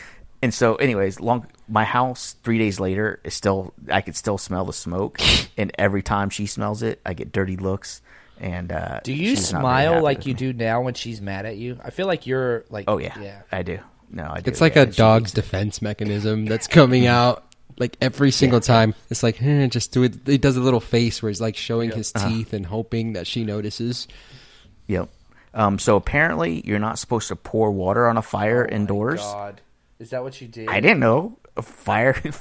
and so, anyways, long my house three days later is still I could still smell the smoke, and every time she smells it, I get dirty looks. And uh,
Do you
she's not very
smile
happy
like
with
you
me.
do now when she's mad at you? I feel like you're like,
Oh yeah,
yeah.
I do. No, I do.
It's like
yeah.
a dog's defense mechanism that's coming out like every single time. It's like "Eh, just do it. He does a little face where he's like showing his
Uh-huh.
teeth and hoping that she notices.
Yep. Um, so apparently, you're not supposed to pour
Oh,
Oh
water on a fire indoors.
God, is that what you did?
I didn't know a fire.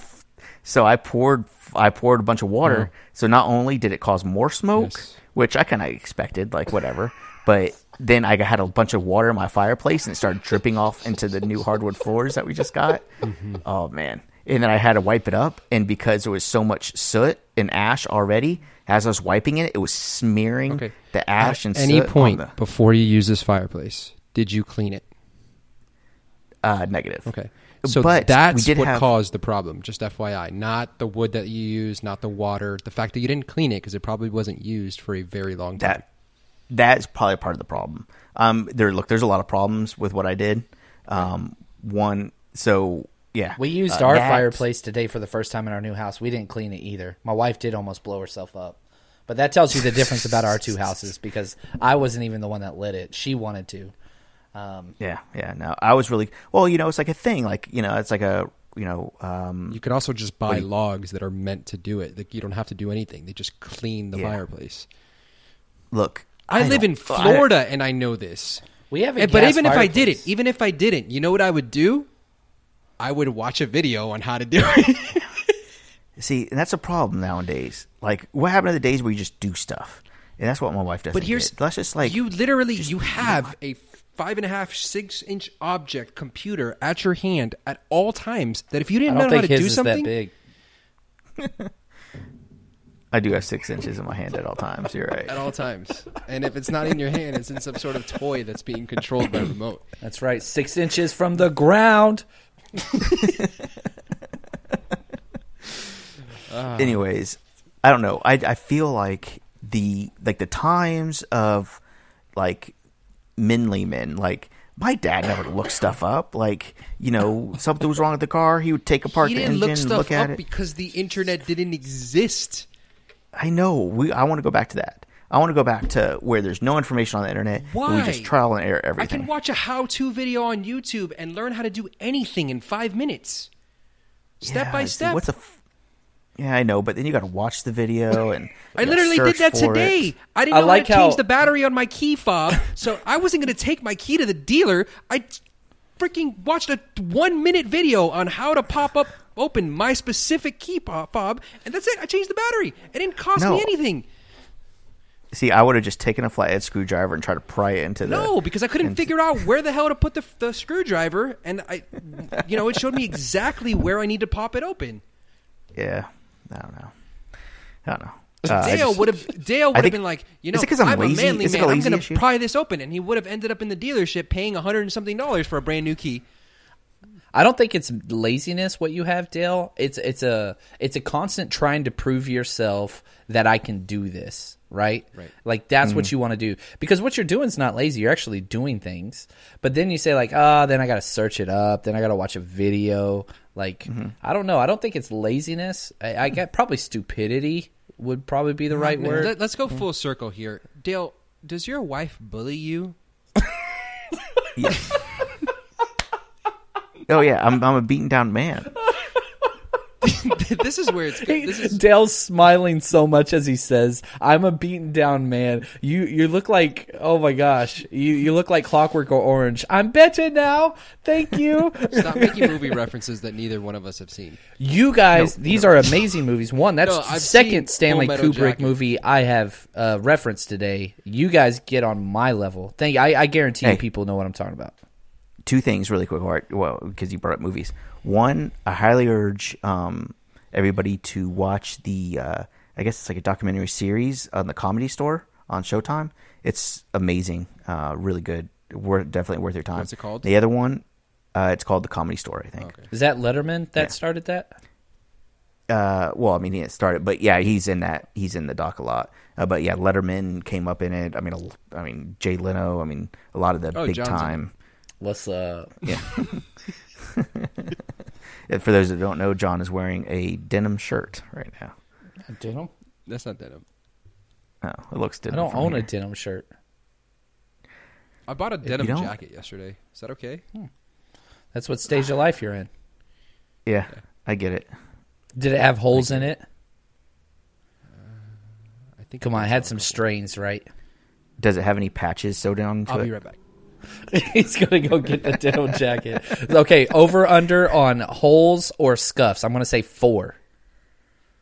So I poured I poured a bunch of water. So not only did it cause more smoke, which I kind of expected, like whatever, but then I had a bunch of water in my fireplace and it started dripping off into the new hardwood floors that we just got.
Mm-hmm.
Oh man. And then I had to wipe it up and because there was so much soot and ash already, as I was wiping it, it was smearing the ash and
At any
soot on
point
the-
before you use this fireplace, did you clean it?
Uh, negative.
Okay. So
But
that's
we did
what
have-
caused the problem. Just FYI, not the wood that you used, not the water, the fact that you didn't clean it because it probably wasn't used for a very long time.
that that is probably part of the problem. Um, there look, there's a lot of problems with what I did. Um, one, so yeah,
We used
Uh,
our
that-
fireplace today for the first time in our new house. We didn't clean it either. My wife did almost blow herself up. But that tells you the difference about our two houses because I wasn't even the one that lit it. She wanted to. Um,
Yeah, yeah. No, I was really well. You know, it's like a thing. Like you know, it's like a you know. Um,
you could also just buy
Wait.
logs that are meant to do it. Like you don't have to do anything. They just clean the
Yeah.
fireplace.
look,
I, live
don't-
in Florida and I know this.
We have a
And- but
gas
even if I did
fireplace.
it, even if I didn't, you know what I would do? I would watch a video on how to do it.
see, and that's a problem nowadays. Like, what happened to the days where you just do stuff? And that's what my wife does.
but here's
let's just like
you literally you have a five and a half six inch object computer at your hand at all times. That if you
I
didn't
don't
know how
think
to
his
do
is that
something,
big.
I do have six inches in my hand at all times. You're right.
at all times. And if it's not in your hand, it's in some sort of toy that's being controlled by a remote.
That's right. Six inches from the ground.
Uh-huh.
anyways i don't know I, I feel like the like the times of like menly men like my dad never looked stuff up like you know something was wrong with the car he would take apart
He
the
didn't
engine
look
and
stuff
look at
up
it
because the internet didn't exist.
i know we i want to go back to that i want to go back to where there's no information on the internet and we just
Why?
trial and error
I
everything
can watch a how-to video on YouTube and learn how to do anything in five minutes, step
Yeah,
by
see,
step.
what's a f- yeah i know but then you got to watch the video and
I
you gotta
literally did
search
that
for it.
today. I didn't
I
know
like
how to change
how-
the battery on my key fob, so I wasn't going to take my key to the dealer. I freaking watched a one-minute video on how to pop up, open my specific key po- fob, and that's it. I changed the battery. It didn't cost
No.
me anything.
see i would have just taken a flathead screwdriver and tried to pry it into the
No, because I couldn't figure out where the hell to put the, the screwdriver, and I, you know, it showed me exactly where I need to pop it open.
Yeah, I don't know. Uh, I don't know.
Dale would have Dale would have been like, you know,
is it 'cause I'm
I'm,
lazy?
a manly
Is it
man.
a
I'm
lazy
going
issue?
to pry this open, and he would have ended up in the dealership paying a hundred and something dollars for a brand new key.
I don't think it's laziness what you have, Dale. It's it's a it's a constant trying to prove yourself that I can do this, right? Right. Like that's what you want to do because what you're doing is not lazy. You're actually doing things, but then you say like, ah, then I got to search it up, then I got to watch a video. Like I don't know. I don't think it's laziness. I, I get probably stupidity would probably be the right word.
Let, us go
Mm-hmm.
full circle here, Dale. Does your wife bully you?
Oh yeah, I'm I'm a beaten down man.
this is where it's good. This is
Dale's smiling so much as he says, "I'm a beaten down man. You you look like oh my gosh, you you look like Clockwork or Orange. I'm better now. Thank you.
stop making movie references that neither one of us have seen.
you guys, these are amazing movies. One, that's
No,
the
I've seen
second Stanley
Full Metal
Kubrick
Jacket.
movie I have uh, referenced today. You guys get on my level. Thank I, I guarantee
Hey.
you people know what I'm talking about.
Two things really quick, Art. Well, because you brought up movies. One, I highly urge um, everybody to watch the. Uh, I guess it's like a documentary series on the Comedy Store on Showtime. It's amazing. Uh, really good. Worth definitely worth your time.
What's it called?
The other one, uh, it's called the Comedy Store. I think.
Is that Letterman that
Yeah.
started that?
uh well i mean he didn't start it but yeah he's in that he's in the doc a lot uh, but yeah letterman came up in it i mean a- I mean jay leno i mean a lot of the
Oh,
big
John's in
time
Let's uh
yeah And for those that don't know john is wearing a denim shirt right now
denim.
That's not denim.
oh it looks
I
denim
don't
from
own
here.
a denim shirt.
I bought a denim
don't-
jacket yesterday. Is that okay?
That's what stage of life you're in.
yeah i get it
Did it have holes in it?
I think.
Come on, it had some strains, right?
does it have any patches sewed down into
I'll
it
be right back.
He's gonna go get the denim jacket. Okay, over under on holes or scuffs. I'm gonna say four.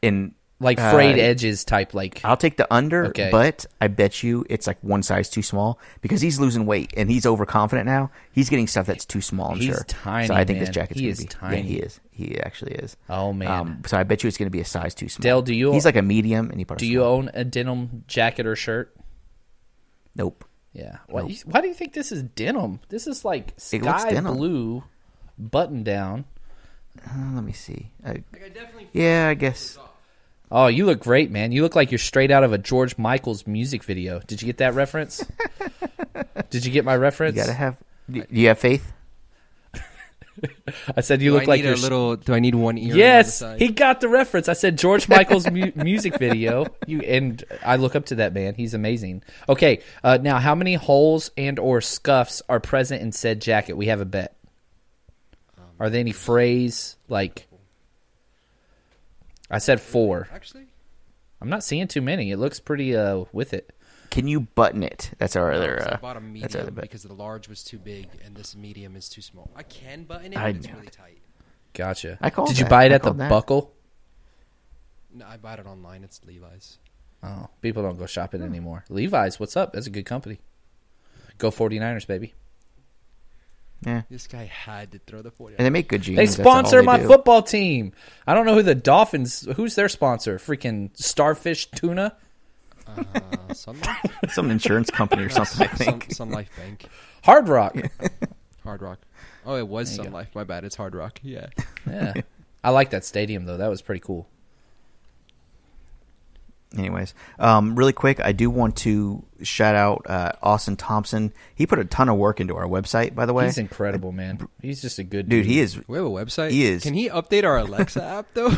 in uh,
Like frayed edges type, like
I'll take the under,
Okay.
but I bet you it's like one size too small because he's losing weight and he's overconfident now. He's getting stuff that's too small. I'm
He's
sure.
tiny,
So I think this
man.
jacket's
He
gonna
is
be Yeah,
tiny.
he is. He actually is. Um,
Oh, man.
so I bet you it's gonna be a size too small.
Dale, do you-
He's like a medium, and he
Do you own a denim jacket or shirt?
Nope.
Yeah. Why,
Nope.
you- why do you think this is denim? This is like
It looks
sky
denim.
blue button down.
Uh, let me see. I, yeah, I guess.
Oh, you look great, man. You look like you're straight out of a George Michael's music video. Did you get that reference? Did you get my reference?
You gotta have. Do you have faith?
I said you
Do
look
I
like
need a
you're
little- do I need one ear on the
Yes,
side?
he got the reference. I said George Michael's mu- music video. You and I look up to that man. He's amazing. Okay, uh, now how many holes and or scuffs are present in said jacket? We have a bet.
Um,
Are there any frays like? I said four.
Actually,
I'm not seeing too many. It looks pretty uh with it.
Can you button it? That's our other.
So
Uh,
I bought a medium
that's our other bet.
because the large was too big and this medium is too small. I can button it,
I
but it's
know.
really tight.
Gotcha.
I called
Did you
that.
buy it
I
at the
called that.
buckle?
No, I bought it online. It's Levi's.
Oh, people don't go
Hmm.
shopping anymore. Levi's, what's up? That's a good company. Go 49ers, baby.
Yeah.
This guy had to throw the 40.
And they make good jeans.
They
that's all
sponsor
they
my
do.
football team. I don't know who the Dolphins. Who's their sponsor? Freaking Starfish Tuna.
Uh, Sun Life?
Some insurance company or
No,
something. I
Sun-
think.
Sun, Sun Life Bank.
Hard Rock.
Hard Rock. Oh, it was
There you
Sun
go.
Life. My bad. It's Hard Rock. Yeah.
Yeah, I like that stadium though. That was pretty cool.
Anyways, um, really quick, I do want to shout out uh, Austin Thompson. He put a ton of work into our website, by the way.
He's incredible, man. He's just a good dude.
Dude, he is.
We have a website.
He is.
Can he update our Alexa app though?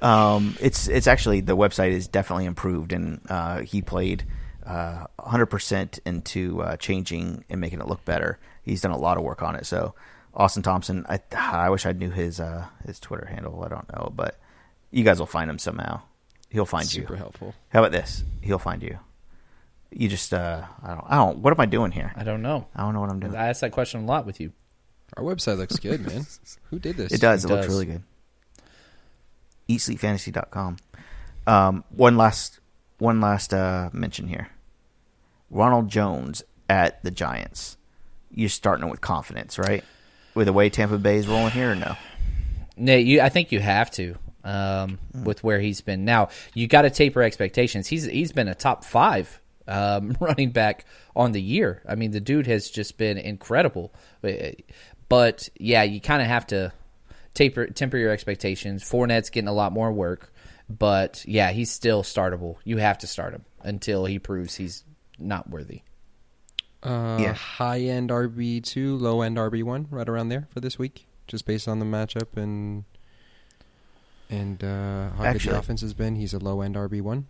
Um, it's it's actually the website is definitely improved, and uh, he played uh, 100% into uh, changing and making it look better. He's done a lot of work on it. So, Austin Thompson, I I wish I knew his uh, his Twitter handle. I don't know, but you guys will find him somehow. He'll find you.
Super helpful.
How about this? He'll find you. You just uh, I don't I don't. What am I doing here?
I don't know.
I don't know what I'm doing.
I asked that question a lot with you.
Our website looks good, man. Who did this?
It does. It,
It
looks
does.
really good. EatSleepFantasy.com. Um, one last, one last uh, mention here. Ronald Jones at the Giants. You're starting with confidence, right? With the way Tampa Bay is rolling here, or no?
Nate, you, I think you have to um,
Hmm.
with where he's been. Now you got to taper expectations. He's he's been a top five um, running back on the year. I mean, the dude has just been incredible. Uh, But yeah, you kind of have to taper temper your expectations. Fournette's getting a lot more work, but yeah, he's still startable. You have to start him until he proves he's not worthy.
Uh,
Yeah.
High end RB two, low end RB one, right around there for this week, just based on the matchup and and uh, how good
Actually-
the offense has been. He's a low end RB one.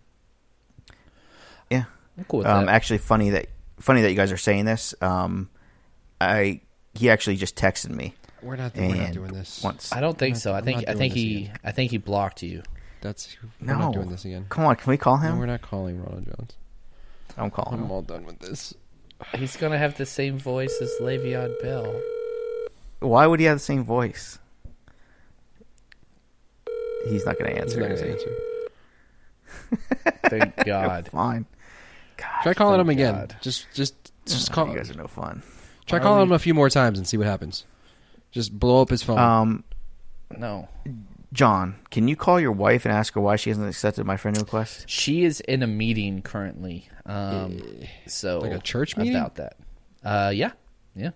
Yeah.
I'm cool with
um,
that.
Actually, funny that funny that you guys are saying this. Um, I he actually just texted me.
We're not- we're not
and
doing this.
Once.
I don't
I'm
think
not-
so. I
I'm
think
not
I
doing
think
this
he
again.
I think he blocked you.
That's
no.
we're not doing this again.
Come on, can we call
No,
him?
we're not calling Ronald Jones.
I'm calling him.
Oh.
I'm all done with this.
He's gonna have the same voice as Le'Veon Bell.
Why would he have the same voice? He's not going to
He's
answer.
not gonna
is he?
answer.
Thank God.
Fine.
Try calling him
thank
again.
Oh, God. Oh,
Just just just
Ah,
call.
You guys are no fun.
Try
Why are
calling
we-
him a few more times and see what happens. Just blow up his phone.
Um,
No.
John, can you call your wife and ask her why she hasn't accepted my friend request?
She is in a meeting currently. Um, so
Eh, Like a church meeting?
about that. Uh, yeah, yeah,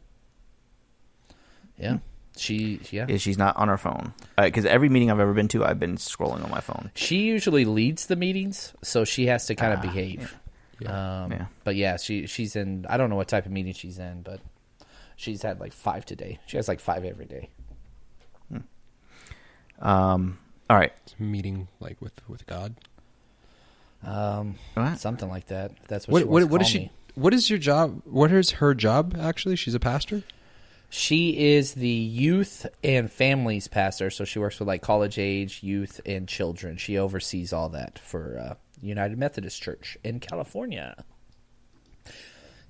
Hmm.
yeah. She yeah.
Is she's not on her phone? Because every meeting I've ever been to, I've been scrolling on my phone.
she usually leads the meetings, so she has to kind
Ah,
of behave. Um,
Yeah.
But yeah, she she's in. I don't know what type of meeting she's in, but she's had like five today. She has like five every day.
Um, all right.
It's a meeting like with with God.
Um,
What?
something like that. That's what.
What
she
what
wants to
what is
call
she?
me.
What is your job? What is her job? Actually, she's a pastor.
She is the youth and families pastor, so she works with like college age youth and children. She oversees all that for uh, United Methodist Church in California.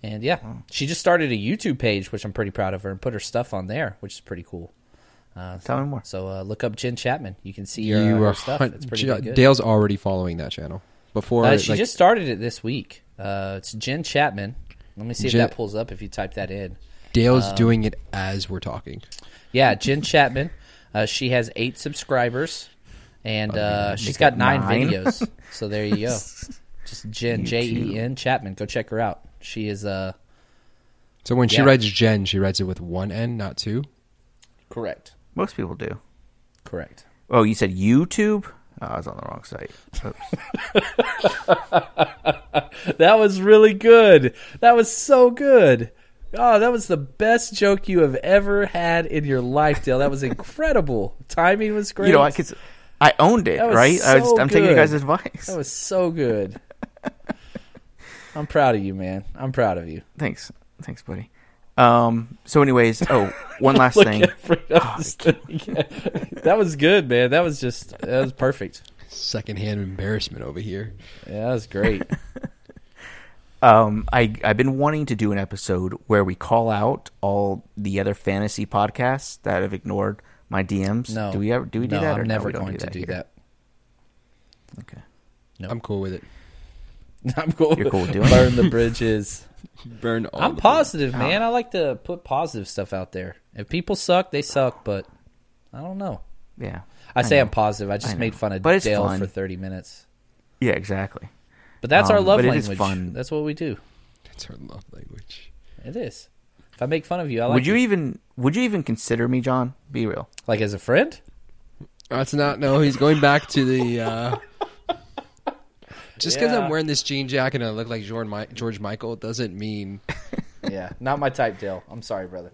And yeah, she just started a YouTube page, which I'm pretty proud of her, and put her stuff on there, which is pretty cool. Uh,
Tell me more.
So uh, look up Jen Chapman. You can see
You
your, her
are
stuff.
hun-
It's pretty
Ja-
good.
Dale's already following that channel. Before
Uh, she
like,
just started it this week. Uh, it's Jen Chapman. Let me see
Jen-
if that pulls up if you type that in.
Dale's
Um,
doing it as we're talking.
Yeah, Jen Chapman. Uh, she has eight subscribers, and uh, she's
make
got
it
nine,
nine.
videos. So there you go. Just Jen
You
J E N Chapman. Go check her out. She is uh
So when she
Yeah.
writes Jen, she writes it with one N, not two.
correct.
Most people do.
Correct.
Oh, you said YouTube? Oh, I was on the wrong site. Oops.
That was really good. That was so good. Oh, that was the best joke you have ever had in your life, Dale. That was incredible. Timing was great.
you know, I could. I owned it,
That was
right? I was,
so
I'm taking you
good.
guys' advice.
That was so good. I'm proud of you, man. I'm proud of you.
Thanks, thanks, buddy. Um. So, anyways, oh, one last
Look
thing.
at Fred Astaire. that was good, man. That was just that was perfect.
Secondhand embarrassment over here.
Yeah, that was great.
Um, I I've been wanting to do an episode where we call out all the other fantasy podcasts that have ignored my DMs.
No,
do we ever do we do
no,
that?
I'm
or no,
never
we don't
going
do
to
that
do
here?
that.
Okay.
No.
I'm cool with it.
I'm cool.
You're cool with doing
Burn
it.
the bridges.
Burn all
I'm
the-
positive, man. I like to put positive stuff out there. If people suck, they suck. But I don't know.
Yeah.
I,
I
say I'm
know.
positive. I just
I know.
made fun of
But it's
Dale
fun.
for 30 minutes.
Yeah, exactly.
But that's our
Um,
love
but
language.
It is fun.
That's what we do.
That's our love language.
It is. If I make fun of you, I like
would you
it.
even would you even consider me, John? Be real.
like as a friend.
That's Oh, not. No, he's going back to the. Uh, just because
Yeah.
I'm wearing this jean jacket and I look like George, Mi- George Michael doesn't mean
yeah, not my type, Dale. I'm sorry, brother.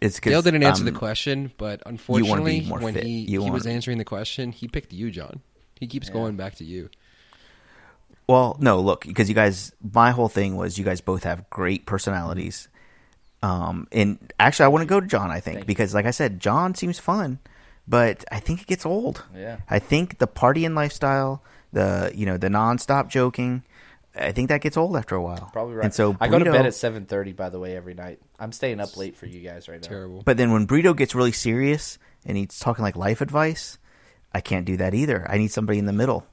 It's 'cause
Dale didn't answer
I'm-
the question. But
be
unfortunately,
more
when
fit.
he
You
he was
want-
answering the question, he picked you, John. He keeps going back to you.
Well, no, look, because you guys, my whole thing was you guys both have great personalities. Um, and actually, I want to go to John, I think, because like I said, John seems fun, but I think it gets old.
Yeah.
I think the partying lifestyle, the, you know, the nonstop joking, I think that gets old after a while.
Probably right.
And so
I go to
Brito-
bed at 7:30 by the way every night. I'm staying up late for you guys right now.
Terrible.
But then when Brito gets really serious and he's talking like life advice, I can't do that either. I need somebody in the middle.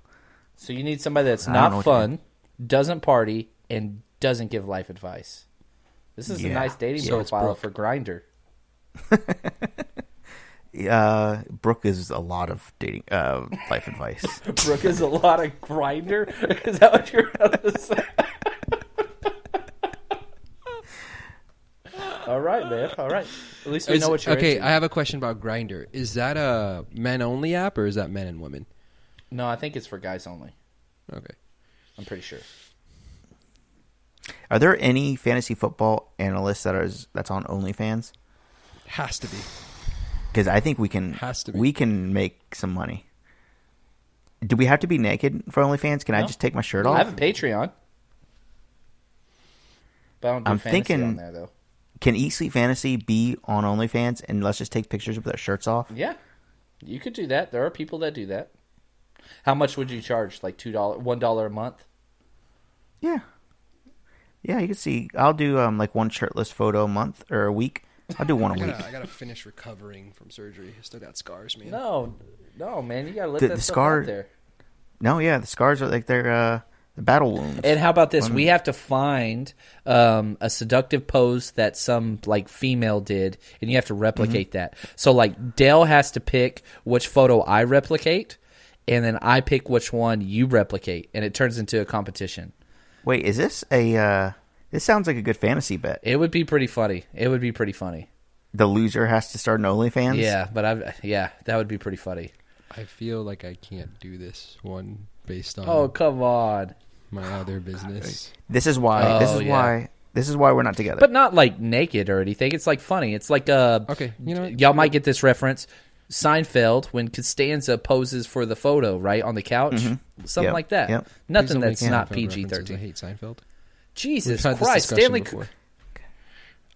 So you need somebody that's
I don't know
not
what you
fun, doesn't party, and doesn't give life advice. This is a
Yeah.
nice dating
So it's
profile
Brooke.
for Grinder.
Uh, Brooke is a lot of dating, uh, life advice.
Brooke is a lot of Grinder. Is that what you're about to say? All right, man. All right. At least we
Is-
know what you're
okay,
into.
I have a question about Grinder. Is that a men only app or is that men and women?
No, I think it's for guys only.
Okay.
I'm pretty sure.
Are there any fantasy football analysts that are that's on OnlyFans?
Has to be.
Because I think we can
Has to be.
we can make some money. Do we have to be naked for OnlyFans? Can I
No.
just take my shirt
I
off?
have a Patreon. But I don't do
I'm
fantasy
thinking-
on there though.
Can Eat Sleep Fantasy be on OnlyFans and let's just take pictures with our shirts off?
Yeah, you could do that. There are people that do that. How much would you charge? Like two dollar, one dollar a month?
Yeah, yeah. You can see. I'll do um, like one shirtless photo a month or a week. I'll do one
I
a week.
gotta, Uh, I gotta finish recovering from surgery. I still got scars, man.
No, no, man, you gotta let
The-
that
the
stuff
scar-
out there.
No, yeah. The scars are like they're uh, the battle wounds.
And how about this?
Women-
We have to find um, a seductive pose that some like female did, and you have to replicate
Mm-hmm.
that. So like Dale has to pick which photo I replicate, and then I pick which one you replicate, and it turns into a competition.
Wait, is this a? Uh, this sounds like a good fantasy bet.
It would be pretty funny. It would be pretty funny.
The loser has to start an OnlyFans.
Yeah, but I yeah, that would be pretty funny.
I feel like I can't do this one based
Mm.
on
Oh, come on.
my
Ah,
other business.
This is why. this
Oh,
is
yeah.
why. This is why we're not together.
But not like naked or anything. It's like funny. It's like uh
Okay, you know what?
y'all might get this reference. Seinfeld when Costanza poses for the photo, right, on the couch.
Mhm.
Mm-hmm.
Something
Yep,
like that.
yep.
Please
Nothing
don't make
that's not
Seinfeld
PG
references. I
thirteen.
hate Seinfeld.
Jesus
had this
Christ.
discussion
Stanley
before.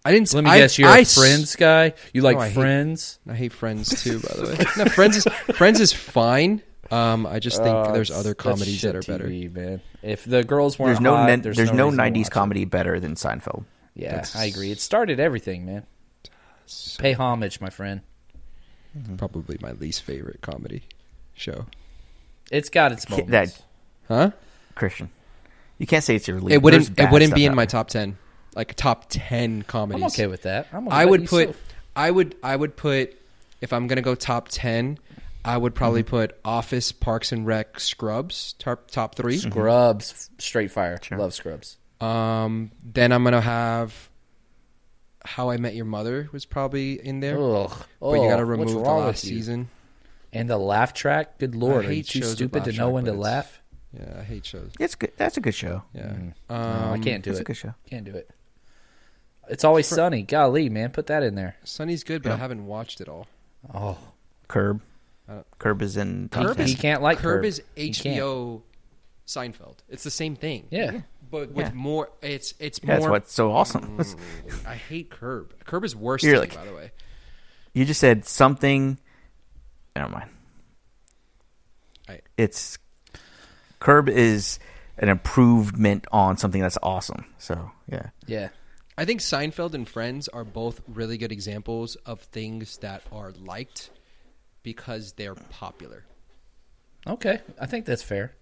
I didn't.
Let me
I-
guess, you're
I
a
s-
friends guy. You like
No, I hate-
friends?
I hate Friends too. By the way, no, Friends is Friends is fine. Um, I just think
Uh,
there's other
that's
comedies that are
shit
better.
TV, man. If the girls weren't
there's no
hot,
nin-
there's,
there's no
reason to
'90s
watch it.
comedy better than Seinfeld.
Yeah, I agree. It started everything, man. Pay homage, my friend.
Probably my least favorite comedy show.
It's got its moments.
That,
huh?
Christian, you can't say it's your least.
It
There's
wouldn't. It
bad
wouldn't
stuff
be in
out
my
there.
top ten. Like top ten comedies.
okay with that. I'm okay
I
with
would
that
put.
myself.
I would. I would put. If I'm gonna go top ten, I would probably
Mm-hmm.
put Office, Parks and Rec, Scrubs. Top top
Mm-hmm.
three.
Scrubs, f- straight fire. Love Scrubs.
Um. Then I'm gonna have. How I Met Your Mother was probably in there. But you
Ugh.
gotta
Ugh, Oh, what's
remove the
wrong with
last
you?
season.
And the laugh track. Good lord,
I
are you
hate
too
shows with
stupid to
laugh
know
track,
when to
but it's-
laugh?
Yeah, I hate shows.
It's good. That's a good show.
Yeah.
Mm-hmm. No, I
Um,
can't do
That's
it.
a good show.
Can't do it. It's always
For-
sunny. Golly, man, put that in there.
Sunny's good, but I
Yeah.
haven't watched it all.
Oh,
Curb.
Uh,
Curb is in top
Curb
ten.
is- He can't like Curb.
is
He
HBO Seinfeld. It's the same thing.
Yeah. Yeah.
But with
Yeah.
more it's it's
Yeah, that's
more
what's so awesome.
I hate Curb. Curb is worse
You're
to
like-
me, by the way.
You just said something. Never mind.
Right.
It's Curb is an improvement on something that's awesome. So yeah,
Yeah.
I think Seinfeld and Friends are both really good examples of things that are liked because they're popular.
Okay, I think that's fair.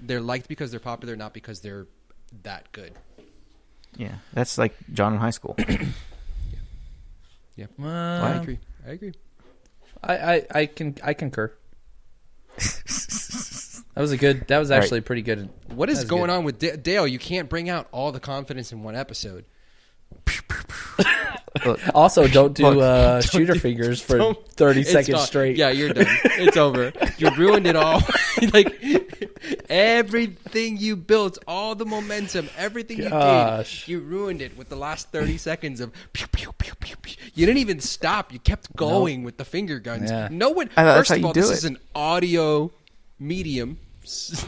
They're liked because they're popular, not because they're that good.
yeah. That's like John in high school.
Yeah. I
Um,
agree. I agree.
I, I, I can I concur. that was a good. That was actually pretty good.
What is going on with D- Dale? You can't bring out all the confidence in one episode.
on? Also, don't do
Look,
uh, shooter fingers for
Don't-
thirty
it's
seconds
done.
straight.
Yeah, you're done. It's over. You ruined it all. like everything you built, all the momentum, everything
Gosh.
you did, you ruined it with the last thirty seconds of pew pew pew pew. pew. You didn't even stop. You kept going with the finger guns.
Yeah.
No one.
I know, that's
first
how
of
you
all,
do
this
it.
is an audio medium.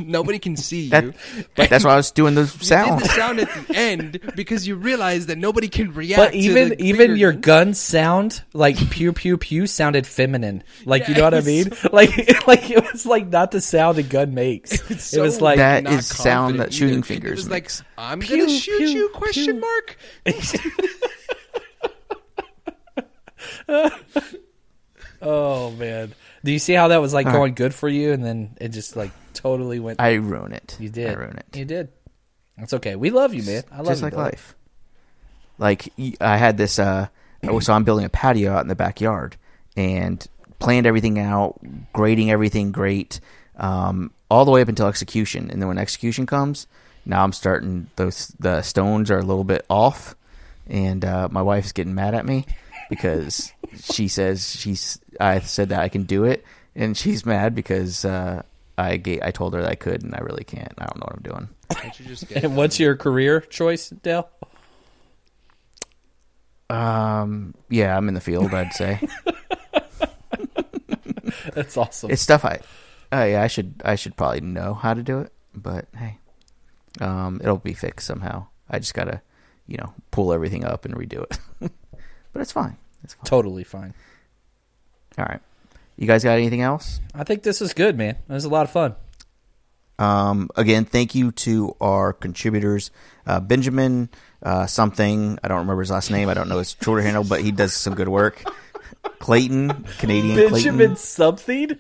Nobody can see
That,
you.
but that's why I was doing the
You
sound.
did the sound at the end because you realized that nobody can react.
But
to
even
the
even
finger
your
gun.
gun sound, like pew pew pew, sounded feminine. Like you know what I
Yes.
mean? Like like it was like not the sound a gun makes. it was
so
like
That
not
is sound
confident
that shooting
either.
fingers
It was
makes.
like I'm
Pew,
gonna shoot
pew,
you? Question
pew.
mark.
oh man. Do you see how that was like going good for you, and then it just like totally went?
I ruin it.
you did.
I ruin it.
You did. That's okay. We love you, man. I love
just
you,
like
brother.
life. Like y- I had this. Uh, so I'm building a patio out in the backyard and planned everything out, grading everything great, um, all the way up until execution. And then when execution comes, now I'm starting those. The stones are a little bit off, and uh, my wife's getting mad at me because she says she's. I said that I can do it, and she's mad because uh, I ga- I told her that I could, and I really can't. I don't know what I'm doing.
Don't you just get
And what's your career choice, Dale?
Um, yeah, I'm in the field. I'd say
That's awesome.
it's stuff I, oh yeah, I should I should probably know how to do it, but hey, um, it'll be fixed somehow. I just gotta, you know, pull everything up and redo it. but it's fine. It's fine.
totally fine.
All right, you guys got anything else?
I think this is good, man. It was a lot of fun.
Um, again, thank you to our contributors, uh, Benjamin uh, something. I don't remember his last name. I don't know his Twitter handle, but he does some good work. Clayton, Canadian Clayton.
Benjamin something.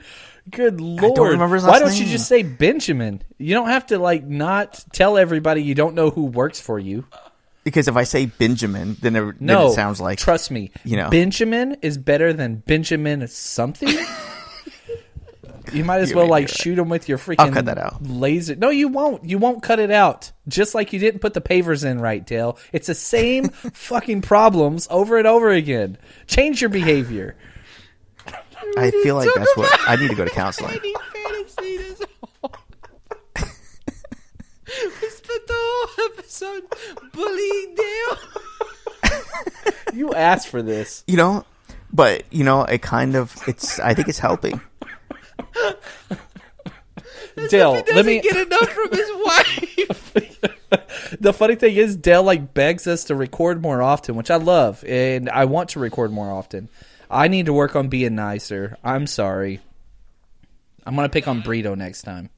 Good lord!
remember his
Why
last
don't you
name.
just say Benjamin? You don't have to like not tell everybody you don't know who works for you.
Because if I say Benjamin, then it, then
No,
it sounds like
trust me.
you know.
Benjamin is better than Benjamin something. you might as
You're
well
right,
like
you're right.
shoot him with your freaking.
I'll cut that out.
Laser? No, you won't. You won't cut it out. Just like you didn't put the pavers in right, Dale. It's the same fucking problems over and over again. Change your behavior.
I feel like that's what I need to go to counseling.
Any fantasy is all. we spent the whole episode bullying Dale.
You asked for this.
You know, but you know, it kind of it's. I think it's helping.
Dale,
Doesn't
let me
get enough from his wife.
the funny thing is Dale like begs us to record more often, which I love, and I want to record more often. I need to work on being nicer. I'm sorry. I'm gonna pick on Brito next time.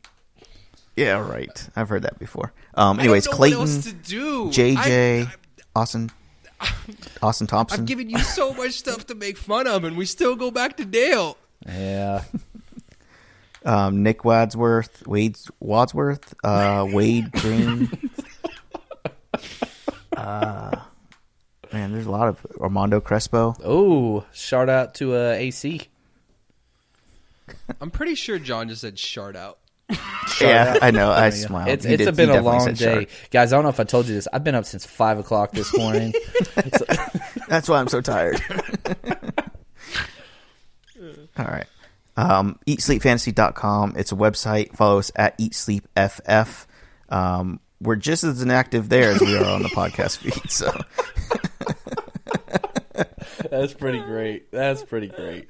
Yeah, right. I've heard that before. Um, anyways,
I don't know
Clayton,
What else to do?
JJ,
I,
Austin. Austin Thompson.
I've given you so much stuff to make fun of, and we still go back to Dale.
Yeah.
um, Nick Wadsworth, Wade Wadsworth, uh, Wade Green. uh, man, there's a lot of Armando Crespo.
Oh, shout out to uh, AC.
I'm pretty sure John just said shard out.
Yeah, I know. I
There you go.
smiled.
It's,
He
it's
did-
been
he
a
definitely
long
said
day,
shark.
guys. I don't know if I told you this. I've been up since five o'clock this morning.
That's why I'm so tired. All right. Um, eatsleepfantasy.com. It's a website. Follow us at eatsleepff. Um, we're just as inactive there as we are on the podcast feed. So
That's pretty great. That's pretty great.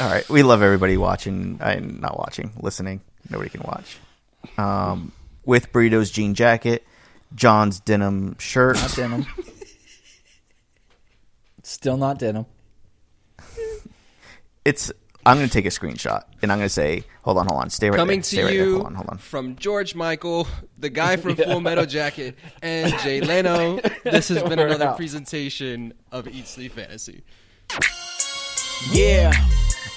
All right. We love everybody watching and not watching, listening. Nobody can watch. Um, with Burrito's jean jacket, John's denim shirt.
Not denim. Still not denim.
It's. I'm going to take a screenshot and I'm going to say, hold on, hold on. Stay right
Coming
there.
to
Stay right
you
there. Hold on, hold on.
from George Michael, the guy from
Yeah.
Full Metal Jacket, and Jay Leno. This has been
We're
another
out.
presentation of Eat Sleep Fantasy.
Yeah.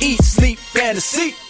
Eat, sleep, fantasy.